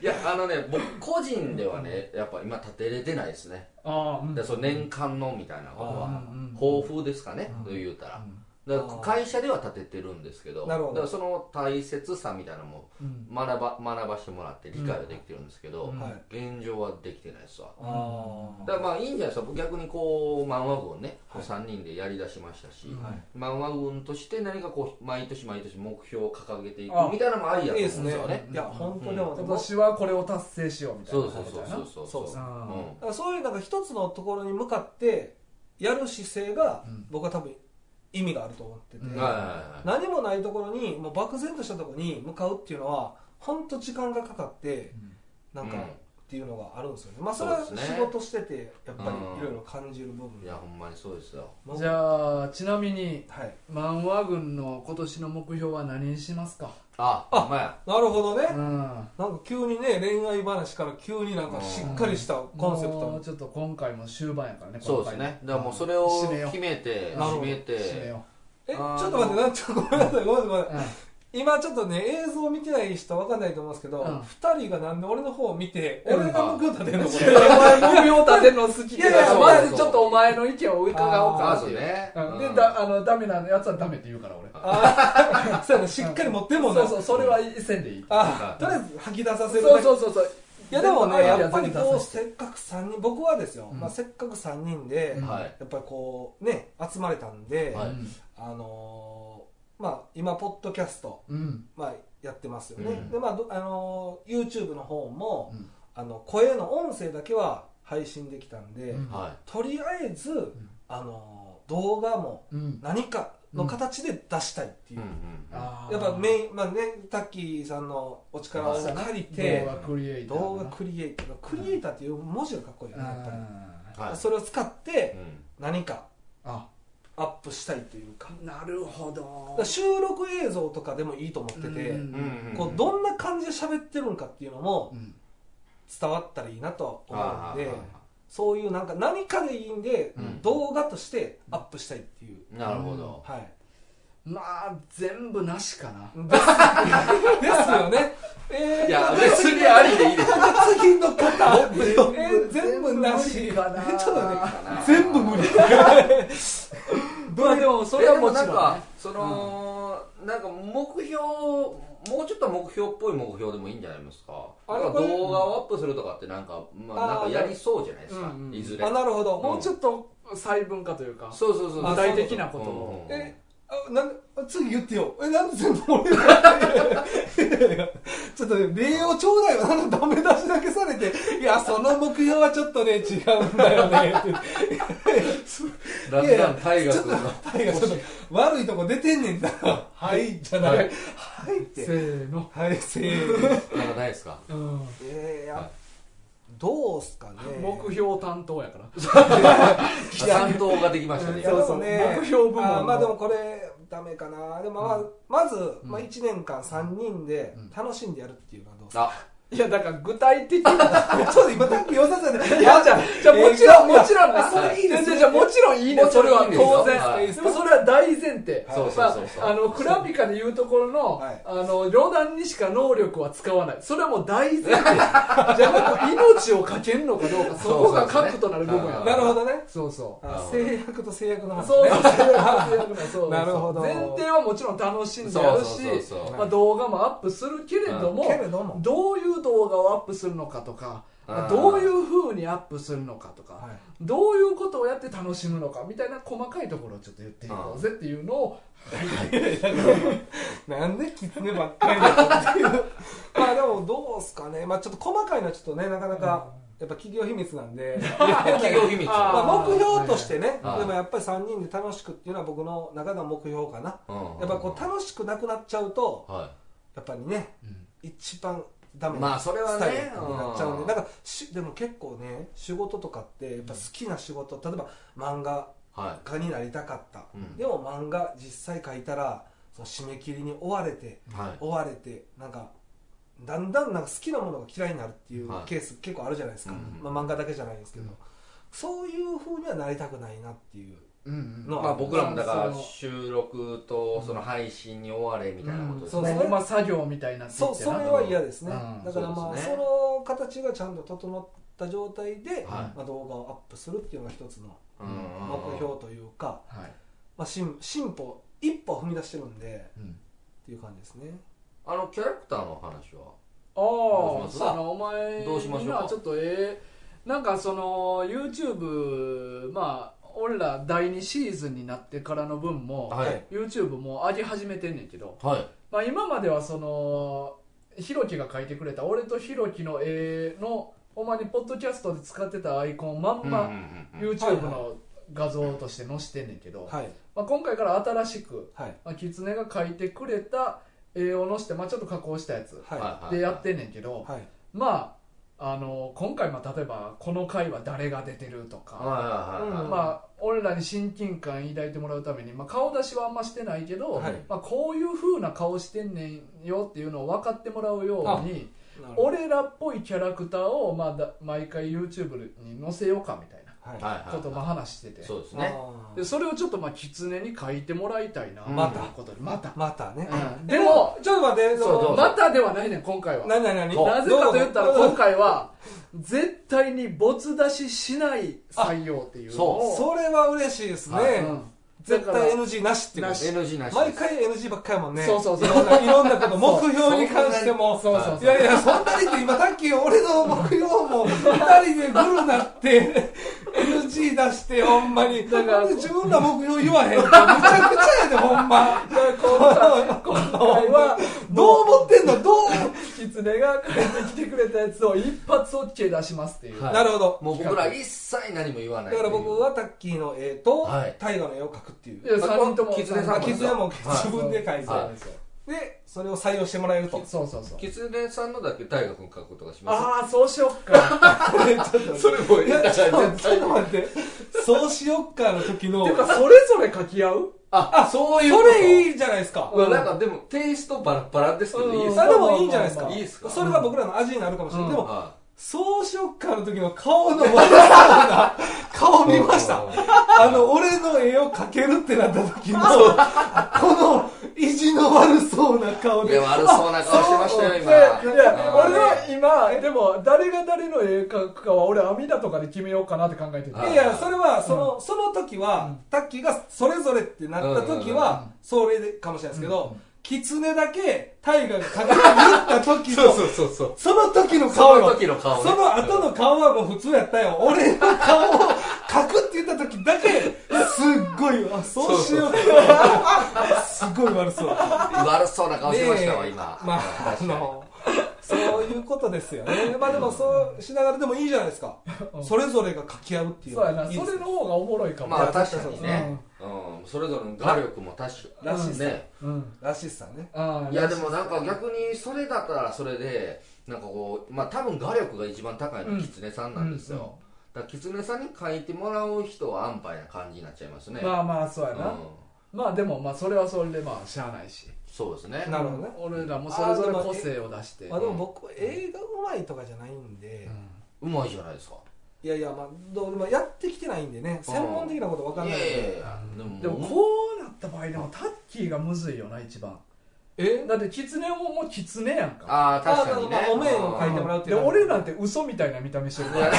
S3: いやあのね僕個人ではねやっぱ今立てれてないですね
S2: ああうん
S3: でその年間のみたいなこと
S1: う
S3: は
S2: んうん
S3: 抱負ですかね、
S2: うん
S3: 言うたら
S2: うん
S3: だから会社では立ててるんですけど
S1: なるほど
S3: だからその大切さみたいなのも
S2: うん
S3: 学ば学ばしてもらって理解はできてるんですけど、
S2: うん
S1: はい
S3: 現状はできてないですわ
S1: あー
S3: だからまあいいんじゃないですか逆にこう漫画軍をね、こう3人でやりだしましたし、
S2: うん
S1: はい
S3: 漫画軍として何かこう毎年毎年目標を掲げていく
S2: あ
S3: みたいなのもありやと
S1: いい
S3: 思
S1: で
S3: う
S1: す
S3: ん
S1: ね
S3: ですよね
S1: いや本当でも、
S2: 今年はこれを達成しようみたい
S3: そ
S2: な
S3: うそうそうそうそうそう
S1: そうそう
S3: うん
S1: だからそういうなんか一つのところに向かってやる姿勢が
S2: うん
S1: 僕は多分意味があると思ってて、
S2: うん
S3: はいはいはい
S1: 何もないところにもう漠然としたところに向かうっていうのは本当時間がかかって
S2: う
S1: な
S2: ん
S1: んか
S3: うん
S1: っていうのがあるんですよねまあそれは
S3: そうです
S1: 仕
S3: ね
S1: 事しててやっぱ
S3: うん
S1: りいろいろ感じる部分
S3: いやほんまにそうですよ
S1: まあ
S2: じゃあちなみに
S1: はい
S2: 漫画軍の今年の目標は何にしますか
S3: あ
S1: あ
S3: ほんまや
S1: なるほどね
S2: うん
S1: なんか急にね恋愛話から急になんかしっかりしたコンセプト
S2: も
S1: の
S2: うちょっと今回も終盤やからね
S3: そうですねだからもうそれを
S2: 締めよう
S3: 決めて
S1: なるほ
S3: 決
S1: ど
S3: め
S2: 締め
S3: て
S2: よ
S1: えち
S3: あー
S1: ょっと待ってなんちょっとごめんなさいごめんなさいごめんな
S2: う
S1: さい
S2: うん
S1: 今ちょっとね映像見てない人わかんないと思うんですけ
S2: うん
S1: ど二人がなんで俺の方を見て
S2: うん
S1: 俺が向こう立てんのこ
S2: い
S1: れ
S2: やお前目標立てるの好き
S1: い
S2: や
S1: や
S2: い
S1: い
S2: や
S1: や
S2: ま
S3: そう
S2: ず
S3: そう
S2: ちょっとお前の意見を伺おう
S3: ま
S2: かって
S3: ず
S2: いう
S3: ね
S2: うん
S3: う
S2: で
S3: ん
S2: だあのダメなやつはダメって言うから俺
S1: あーそうやなしっかり持ってんもんな
S2: そうそうそれはせんでいい
S1: あとりあえず吐き出させるだ
S2: そう
S1: け
S2: そうそうそう
S1: いやでも
S2: 全
S1: ね
S2: 部アイデ
S1: や
S2: ア
S1: っぱりこ
S2: 全部出
S1: う
S2: させて
S1: せっかく3人僕はですよ、
S2: うん
S1: まあ、せっかく3人で、
S2: うん
S1: や
S3: はい
S1: っぱりこうね集まれたんで、
S3: はい
S1: あのーまあ今ポッドキャスト、
S2: うん
S1: まあ、やってますよね、
S3: うん
S1: でまあどあのー YouTube の方も、
S2: うん
S1: あの声の音声だけは配信できたんで、
S2: うん
S3: は
S1: とりあえず、あのー動画も
S2: うん
S1: 何かの形で出したいって
S3: い
S1: いう、
S3: うんうん
S2: あー
S1: やっぱメインまあねタッキーさんのお力を借りて、
S2: 動画クリエイター
S1: 動画クリエイタークリエイターっていう文字がかっこいいよねやっぱり
S2: あー
S3: はい
S1: それを使って
S3: うん
S1: 何か
S2: あ
S1: アップしたいというか
S2: なるほ
S1: だ
S2: ど
S1: から収録映像とかでもいいと思ってて、
S2: うん
S3: うんうん
S1: こうどんな感じで喋ってるんかっていうのも
S2: うん
S1: 伝わったらいいなとは
S3: あ
S1: 思うんで
S3: ー
S1: そういうなんか何かでいいんで、
S3: うん
S1: 動画としてアップしたいっていう、
S3: なるほど
S1: はい
S2: まあ全部なしかな
S1: ですですよねえー、
S3: いや別にありでいいですよ
S1: 次の方えー全部なし
S2: 全部無理かな
S1: ちょっとね
S3: 全部
S1: 無理
S2: まあでもそれはもちろん、ね、
S3: でもなんかその、なんか目標もうちょっと目標っぽい目標でもいいんじゃないですか
S1: あれ
S3: なんか
S1: これ
S3: 動画をアップするとかってなんか、まあ、な
S1: あ
S3: ん
S1: ー
S3: かやりそうじゃないですか、
S2: うんうん
S3: いずれ
S1: あなるほど、
S2: もうちょっと細分化というか、
S3: そうそうそう
S1: 具体
S2: 的なことを
S3: うんうん
S1: えあなんあ次言ってよえなんで全部俺が ちょっとね礼をちょうだいはなんかダメ出しだけされていやその目標はちょっとね違うんだよねって
S3: だん
S1: いやい
S3: だん
S1: や
S3: 大
S1: ちょ
S3: 河
S1: っと
S3: 君が
S1: 大河ちょっと悪いとこ出てんねんだからはいじゃない
S2: は
S1: はいい、って
S2: ーの、
S1: はいせーの
S3: なんかないですか
S2: うん、
S1: えー、
S3: はい
S1: やどうすかね
S2: 目標担当やから
S1: いや
S3: 担当ができましたね
S1: いや
S2: そう
S1: で
S2: そう
S1: もね
S2: 目標部門の
S1: あーまあでもこれダメかなでもまあ、まず、
S2: ん
S1: まあ、1年間3人で
S2: うん
S1: 楽しんでやるっていうのはどうすか、
S3: あ
S2: いやだから具体的な
S1: ちょっと今タック良さ そうで
S2: いやじゃあじゃあもちろん
S1: えー
S2: もちろんね
S1: あそれいいですね
S2: じゃあじゃあもちろんいいね
S3: もち
S2: それ
S3: ろ
S2: は
S3: んいいですよ
S2: 当然
S3: はい
S2: でもそれは大前提
S1: はい
S3: そう
S2: ま
S3: そう
S2: あ
S3: そうそう、
S2: あのクラビカで言うところの,、
S1: はい
S2: あの冗談にしか能力は使わないそれはもう大前提じゃなく命をかけるのかどうかそこが核となる部分や
S3: そうそう
S1: なるほどね
S2: そうそう
S1: あ制約と制約の話
S2: そう
S1: ね
S2: そうそうそうそう
S1: なるほど
S2: 前提はもちろん楽しんでやるし
S3: そうそうそうそう
S2: まあ、動画もアップするけれども、
S1: けれども
S2: どういう動画をアップするのかとか、まあ
S3: あー
S2: どういうふうにアップするのかとか、
S1: はい
S2: どういうことをやって楽しむのかみたいな細かいところをちょっと言っていこうぜっていうのを、
S1: なんでキツネばっかりだ っていうまあでもどうすかねまあちょっと細かいのはちょっとねなかなかやっぱ企業秘密なん で
S3: 企業秘密
S2: あ
S1: まあ目標としてね
S3: はい
S1: でもやっぱり3人で楽しくっていうのは僕の中の目標かなやっぱこう楽しくなくなっちゃうと
S3: は
S1: やっぱりね一番ダメ
S3: まあ
S1: な
S3: それは
S1: ス
S3: ね
S1: タイルになっちゃうん
S3: うん
S1: でなんかしでも結構ね仕事とかってやっぱ好きな仕事例えば漫画
S3: いは
S1: 画家になりたかった、
S3: うん
S1: でも漫画実際書いたらその締め切りに追われて
S3: いはい
S1: 追われてなんかだんだんなんか好きなものが嫌いになるっていう
S3: はい
S1: ケース結構あるじゃないですか、
S3: うん
S1: まあ、漫画だけじゃないですけど、
S2: うん
S1: そういうふうにはなりたくないなっていう
S2: うんうん
S1: のは、
S3: まあ僕らもだか
S2: そ
S3: ら
S2: の
S3: 収録とその配信に追われみたいなことです
S1: そう
S3: ね
S1: ですね
S2: ほんま作業みたいになっていって
S1: そ
S2: な
S1: うそれは嫌ですね、
S2: うん
S1: だからま
S3: そう
S1: あ
S3: です
S1: そ,、
S3: ね
S1: の形がちゃんと整った状態で、
S3: は
S1: まあ、動画をアップするっていうのが一つの
S3: うんうんうん
S1: 目標というか、
S2: はい
S1: まあ、進進歩一歩踏み出してるんで
S2: うん
S1: っていう感じですね
S3: あのキャラクターの話は
S2: あ
S3: うします
S2: ああのお前
S3: どうしましょうか
S2: 今ちょっとええなんかその YouTube まあ俺ら第2シーズンになってからの分も、
S1: い
S2: YouTube もう上げ始めてんねんけど、
S3: はい
S2: まあ、今まではそのひろきが書いてくれた俺とひろきの絵のほんまにポッドキャストで使ってたアイコンをまん
S3: うんう
S2: ま
S3: んうんうん
S2: YouTube の画像として載してんねんけど、
S1: はい
S2: まあ、今回から新しく、
S1: はい
S2: まあ、キツネが書いてくれた絵を載して、まあ、ちょっと加工したやつ
S1: はい
S3: はい
S2: でやってんねんけど、
S1: はい
S2: まあ、あの今回まあ例えばこの回は誰が出てるとか、
S3: はいはいはいはい
S2: まあ、俺らに親近感抱いてもらうために、まあ、顔出しはあんましてないけど、
S1: はい
S2: まあ、こういう風な顔してんねんよっていうのを分かってもらうように
S1: なるほど
S2: 俺らっぽいキャラクターを、まあ、だ毎回 YouTube に載せようかみたい
S1: はい
S3: はい
S2: な
S3: はい
S2: ことをまあ話してて、
S3: そうですね
S1: あー
S2: でそれをちょっとまあ狐に書いてもらいたいな
S3: また
S2: ということでまた、
S1: またね、
S2: うん
S1: で
S2: でも
S1: もちょっと待って
S3: そうどうぞ
S2: またではないねん今回は
S1: 何何何
S3: そう
S2: なぜかと言ったら
S1: どうぞ
S2: 今回は絶対に没出ししない採用っていうのを
S1: それは嬉しいですね、
S3: はい
S2: うん
S1: 絶
S2: だから
S1: 対 NG なしっていうこと
S2: なし
S3: NG なしです
S1: 毎回 NG ばっかりやもんね
S2: そうそうそう
S1: いろんないろんなこと目標に関しても
S2: そうそうそう
S1: いやいやそんなにって今さっき俺の目標も2人でグルなって NG 出してほんまに
S2: だから
S1: なんで自分ら目標言わへんってむちゃくちゃやでほんま
S2: 今回 は
S1: どう思ってんのどう
S2: キツネが帰ってきてくれたやつを一発 OK 出しますっていう、
S3: はい
S1: なるほど
S3: もう僕ら一切何も言わな
S1: だ
S3: いってい
S1: か
S3: う
S1: ら僕はタッキーの絵と
S3: はい
S1: 大河の絵を描くっていう
S2: いや三人とも
S3: キツネさ
S1: あ
S3: ん
S1: キツネも自分で描いて、
S2: そう
S3: は
S1: でそれを採用してもらえると
S2: そうそうそう
S3: キツネさんのだけ大学に書くことがします
S2: ああそうしよっか
S3: それも
S1: いや、ちょっと
S3: 絶
S1: ちょっ
S3: 対
S1: と待って。そうしよっかの時の
S2: て。いうかそれぞれ書き合う
S3: あそういう
S1: そ
S3: こと
S1: れいいじゃないですか。
S3: まあなんかでもテイストバラバラですけどいいです
S1: そ
S3: か
S1: れでもいいんじゃないですか。
S3: いいですか
S1: それが僕らの味になるかもしれない。
S2: うん
S1: でも、
S3: は
S1: そうしよっかの時の顔の悪そうな顔
S3: い
S1: 見ました
S3: うん。
S1: あの、俺の絵を描けるってなった時の、この意地の悪そうな顔
S3: い
S1: で。
S3: や悪そうな顔してましたよ今
S2: いや
S3: あー
S2: 俺は今でも誰が誰の絵描くかは俺網だとかで決めようかなって考えてる
S3: はい
S1: いや、それは、その、その時は、タッキーがそれぞれってなった時
S2: うんうんう
S1: は
S2: ん、
S1: それかもしれないですけ
S2: うんう
S1: ど、キツネだけ、大河が描けるって言った時の、
S3: うそうそう
S1: その時の
S3: そ
S1: 顔
S3: の
S1: よ。
S3: 時の顔ね
S1: その後の顔はもう普通やったよ。俺の顔を描くって言った時だけ、すっごい、あ、そうしようか。すごい悪そう。
S3: 悪そうな顔してましたわ
S1: ねえ
S3: 今
S1: まあ、あ
S3: 確かに
S1: の、そういうことですよね。まあでもそうしながらでもいいじゃないですか
S2: う。ん
S1: それぞれが書き合うっていう。
S2: そうやない
S1: いで
S2: そ
S1: す
S2: れの方がおもろいかも、
S3: まあ確かにね
S2: う
S3: うんそれぞれの画力も確か
S1: らしいっす
S3: ね
S2: うん
S1: らしいっすよね。
S2: あー
S3: いやでもなんか逆にそれだったらそれでなんかこうまあ多分画力が一番高いのはキツネさんなんです
S2: うんうん
S3: よだからキツネさんに描いてもらう人は安牌な感じになっちゃいますね
S2: まあまあそうやな、
S3: うん
S2: まあでもまあそれはそれでまあしゃあないし
S3: そうですね
S1: なるほどね
S2: 俺らもそれぞれ個性を出して
S1: まあでも僕、映画うまいとかじゃないんで、
S3: うまいじゃないですか
S1: いやいや、まあ、どうでもやってきてないんでね、専門的なことわかんないん
S3: いやいやい
S1: で。
S3: や
S2: うんで
S3: でも
S2: も
S3: もう
S2: こうなった場合でもタッキーがむずいよな一番
S1: え
S2: だって狐ももう狐やんか
S3: ああ確かに
S1: まあま
S3: ね
S1: あお面を描いてもらうっていう
S2: で俺なんて嘘みたいな見た目してるから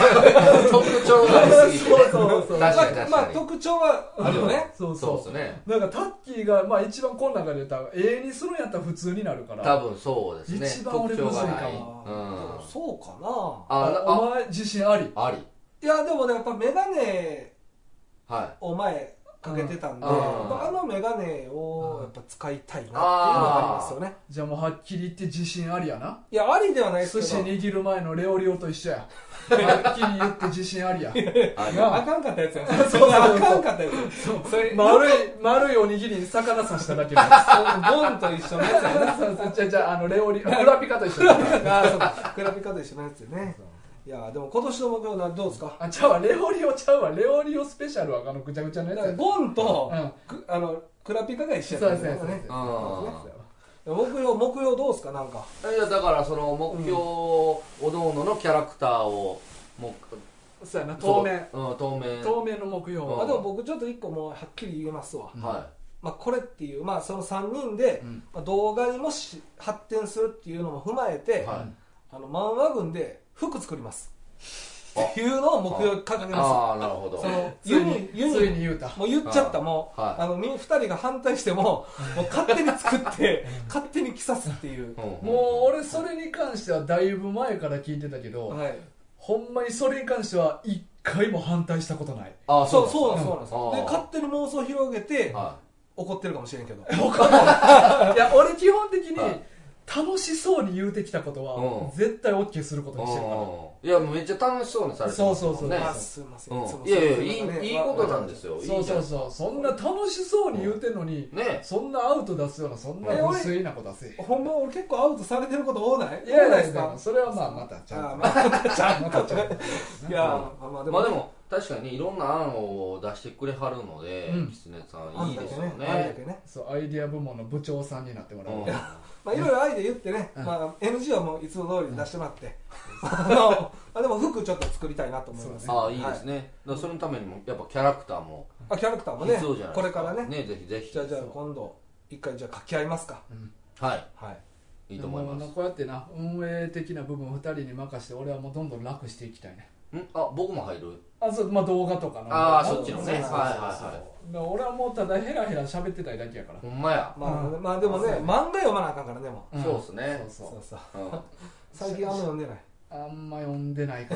S3: 特徴がありすぎてね
S2: そうそうそう
S3: 確かに
S1: まあ
S3: 確
S1: まあ
S3: かに
S1: 特徴はあるよね。
S2: そう
S3: そうで
S2: そ
S3: すね
S2: うなんかタッキーがまあ一番この中で言ったら永遠にするんやったら普通になるから
S3: 多分そうですね
S2: 一番俺むずいかも
S3: 特徴がない
S1: あ
S3: うん
S1: ーそうかな
S3: あ
S2: お前自信あり
S3: ああり
S1: いやでもねやっぱ眼鏡
S3: はい
S1: を前かけてたんで、
S3: うん
S1: やっぱあの眼鏡をやっぱ使いたいなっていうのがありますよね
S2: じゃあもうはっきり言って自信ありやない
S1: やありではないです
S2: 寿司
S1: けど
S2: 握る前のレオリオと一緒やはっきり言って自信ありや
S3: あり
S1: あ
S2: な
S1: かんかったやつや
S2: うそうそう
S1: あかんかったやつ
S2: そう
S1: それ
S2: 丸い丸いおにぎりに魚刺しただけ
S1: ゴンと一緒のやつやね
S2: じゃじゃあのレオリグラピカと一緒だ
S1: あーそうか比べ方一緒のやつやねいやでも今年の目標はどうですか
S2: あちゃうわレオリオちゃうわレオリオスペシャルはあのぐちゃぐちゃのや
S1: だか
S2: つ
S1: ら
S2: や
S1: ゴンと、
S2: うん
S1: くあのクラピカが一緒
S2: そう
S1: や
S2: で
S1: っ
S2: す
S1: たんだ
S2: ねそうで
S1: よ
S2: す
S1: ね
S3: うん
S1: 目標目標どうですかなんか
S3: いやだからその目標、おのおののキャラクターをもう
S2: そうやな当面
S3: そううん当面
S2: 当面の目標
S1: あ
S2: は
S1: でも僕ちょっと一個もうはっきり言えますわ、
S3: は
S1: まあ、これっていう、まあ、その3人で、
S2: うん
S1: まあ、動画にもし発展するっていうのも踏まえ
S3: い
S1: て、
S3: はい
S1: あの漫画群で服作りますっていうのを目標に掲げま
S3: ああなるほど
S1: すその
S2: つ
S1: ユ
S2: いに
S1: ニユ
S2: つい
S1: ニ
S2: に言うた
S1: もう言っちゃったもう、
S3: はい
S1: あのみ2人が反対してももう勝手に作って 勝手に着さすっていう、
S2: もう俺それに関してはだいぶ前から聞いてたけど
S1: はい、
S2: ほんまにそれに関しては一回も反対したこと ない
S3: ああ
S1: そうそうなんですそうなんです
S3: ああ
S1: で勝手に妄想を広げて、
S3: は
S1: 怒ってるかもしれんけど
S2: いや俺基本的に
S3: はい
S2: 楽しそうに言うてきたこと
S3: う
S2: は
S3: ん
S2: 絶対 OK することにしてるから
S3: いやめっちゃ楽しそうにされてますもん
S2: そうそうそう
S3: ね
S2: まあ
S1: すいませんつも
S3: うん、
S1: そ
S3: いうや
S1: う
S3: いや
S1: のが
S3: い
S1: ね
S3: いいいことなんですよいいじ
S2: そ
S3: ゃん
S2: うそうそうそんな楽しそうに言うてんのに
S3: ね
S2: そんなアウト出すようなそんな
S1: え
S2: 無粋なこと出せへん
S1: ほんま俺結構アウトされてること多ない
S2: いやい
S1: 多な
S2: や
S1: です
S2: いや
S1: か
S2: それはまあまたちゃん
S1: あ
S2: と
S1: まあちゃん
S2: またちゃんと
S1: いやまあまあで
S3: ま
S1: も
S3: あでも確かにいろんな案を出してくれはるので、
S2: うん
S3: キツネさ
S1: あ
S3: んい
S1: ん
S3: い
S1: だ
S3: で
S1: け
S3: すよ
S1: ね
S3: ね
S1: あんだけね
S2: そうアイディア部門の部長さんになってもらう
S3: う
S1: まあいろいろアイデア言ってね、
S2: うん
S1: まあ、NG はもういつも通りに出してもらって、 あのあでも服ちょっと作りたいなと思います
S2: そ
S3: ん、あ
S1: は
S3: あいいですね、だからそのためにもやっぱキャラクターも
S1: あキャラクターも
S3: 必
S1: ね
S3: 要じゃない
S1: こ
S3: ですか
S1: れからね
S3: ぜひぜひ
S1: じゃあじゃあ
S2: そう
S1: 今度一回じゃあ書き合いますか
S3: は
S1: はい
S3: いいいと思いま
S2: ですもこうやってな運営的な部分2人に任せて俺はもうどんどん楽していきたいね
S3: んあ僕も入る
S2: あそうまあ動画とかの
S3: ああ
S2: な
S3: そっちのね
S1: そうそうそ
S3: はい
S1: う
S3: はいは
S2: だから俺はもうただヘラヘラ喋ってたいだけやから
S3: いほんまや、
S1: まあ、
S2: うん
S1: まあでもね
S2: そうね
S1: 漫画読まなあかんからでも
S2: ん
S3: そうっすね
S2: そう
S1: そ
S2: そう
S1: そう
S3: うん、
S1: 最近あんま読んでない
S2: あんま読んでない か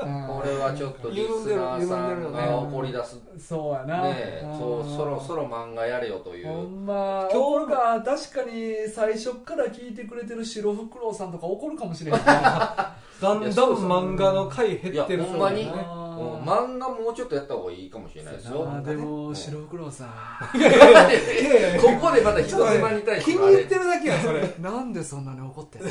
S2: ら、うん
S3: これはちょっとリスナーさんが怒り出すね
S2: そうやな
S3: えそうそろそ
S2: ろ
S3: ろ漫画やれよとい
S2: ほ
S3: うん
S2: ま
S1: 今日
S2: 今日が確かに最初から聞いてくれてる白フクロウさんとか怒るかもしれへん な
S1: だんだん漫画の回減
S3: い
S1: っ
S3: や
S1: てる
S3: ほんまに、
S1: そうだね
S2: あー
S3: うん漫画もうちょっとやった方がいいかもしれないですよ
S2: あーでも白フクロウさん
S1: いやいやいや
S3: こ こでまた人妻に対して
S1: 気に
S3: あれ
S1: 入ってるだけやそれ
S2: なんでそんなに怒ってんの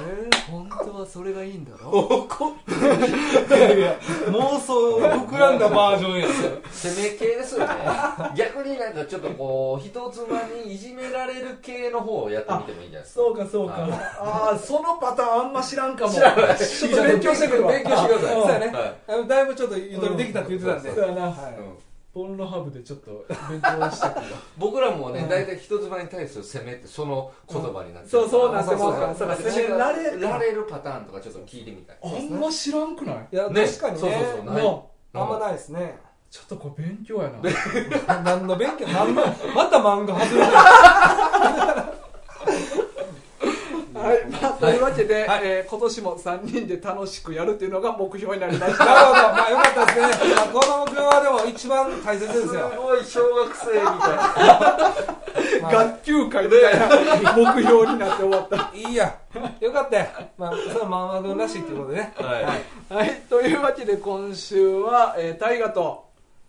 S2: えー、本当はそれがいいんだろ
S1: 怒ってるいや妄想膨らんだバージョンや
S3: 攻め系ですよね逆になんかちょっとこう人妻にいじめられる系の方をやってみてもいいんじゃないですか
S2: そうかそうかああーそのパターンあんま知らんかも
S3: 知らない
S2: ちょっと勉強してくるわ
S3: 勉強してください
S2: うん
S1: そうやね
S3: はい
S1: あのだいぶちょっとゆとりできたって言ってたんで、
S2: そうやな
S1: はい
S3: うん
S2: ポンロハブでちょっと勉強してくるわ
S3: 僕らもね
S2: うん
S3: 大体人妻に対する攻めってその言葉になってる
S2: そうそうなん
S1: ですよ
S3: そ
S1: そう
S3: う
S1: か
S3: そう
S1: 攻められ
S3: 違うられるパターンとかちょっと聞いてみたい
S2: あんま知らんくない
S1: いや、
S3: ね
S1: 確かにね
S3: そうそうそうない
S2: も
S1: あんまないですね
S2: うちょっとこれ勉強やな
S1: 何の勉強何のまた漫画外れてる
S2: はい、まあ、というわけで、えー今年も3人で楽しくやるっていうのが目標になりまし
S1: な
S2: た
S1: るほどまあよかったですねまあ子供くんはでも一番大切ですよ
S3: ごい小学生みた
S1: まあ
S2: 学級会みたい な目標になって終わった
S1: いいやよかったよまあそれは漫画くんらしいっていうことでね
S3: いなはい
S2: はい、というわけで今週は、えー、大河と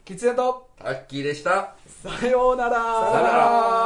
S1: 喫煙と
S3: アッキーでした
S2: さようなら
S1: さようなら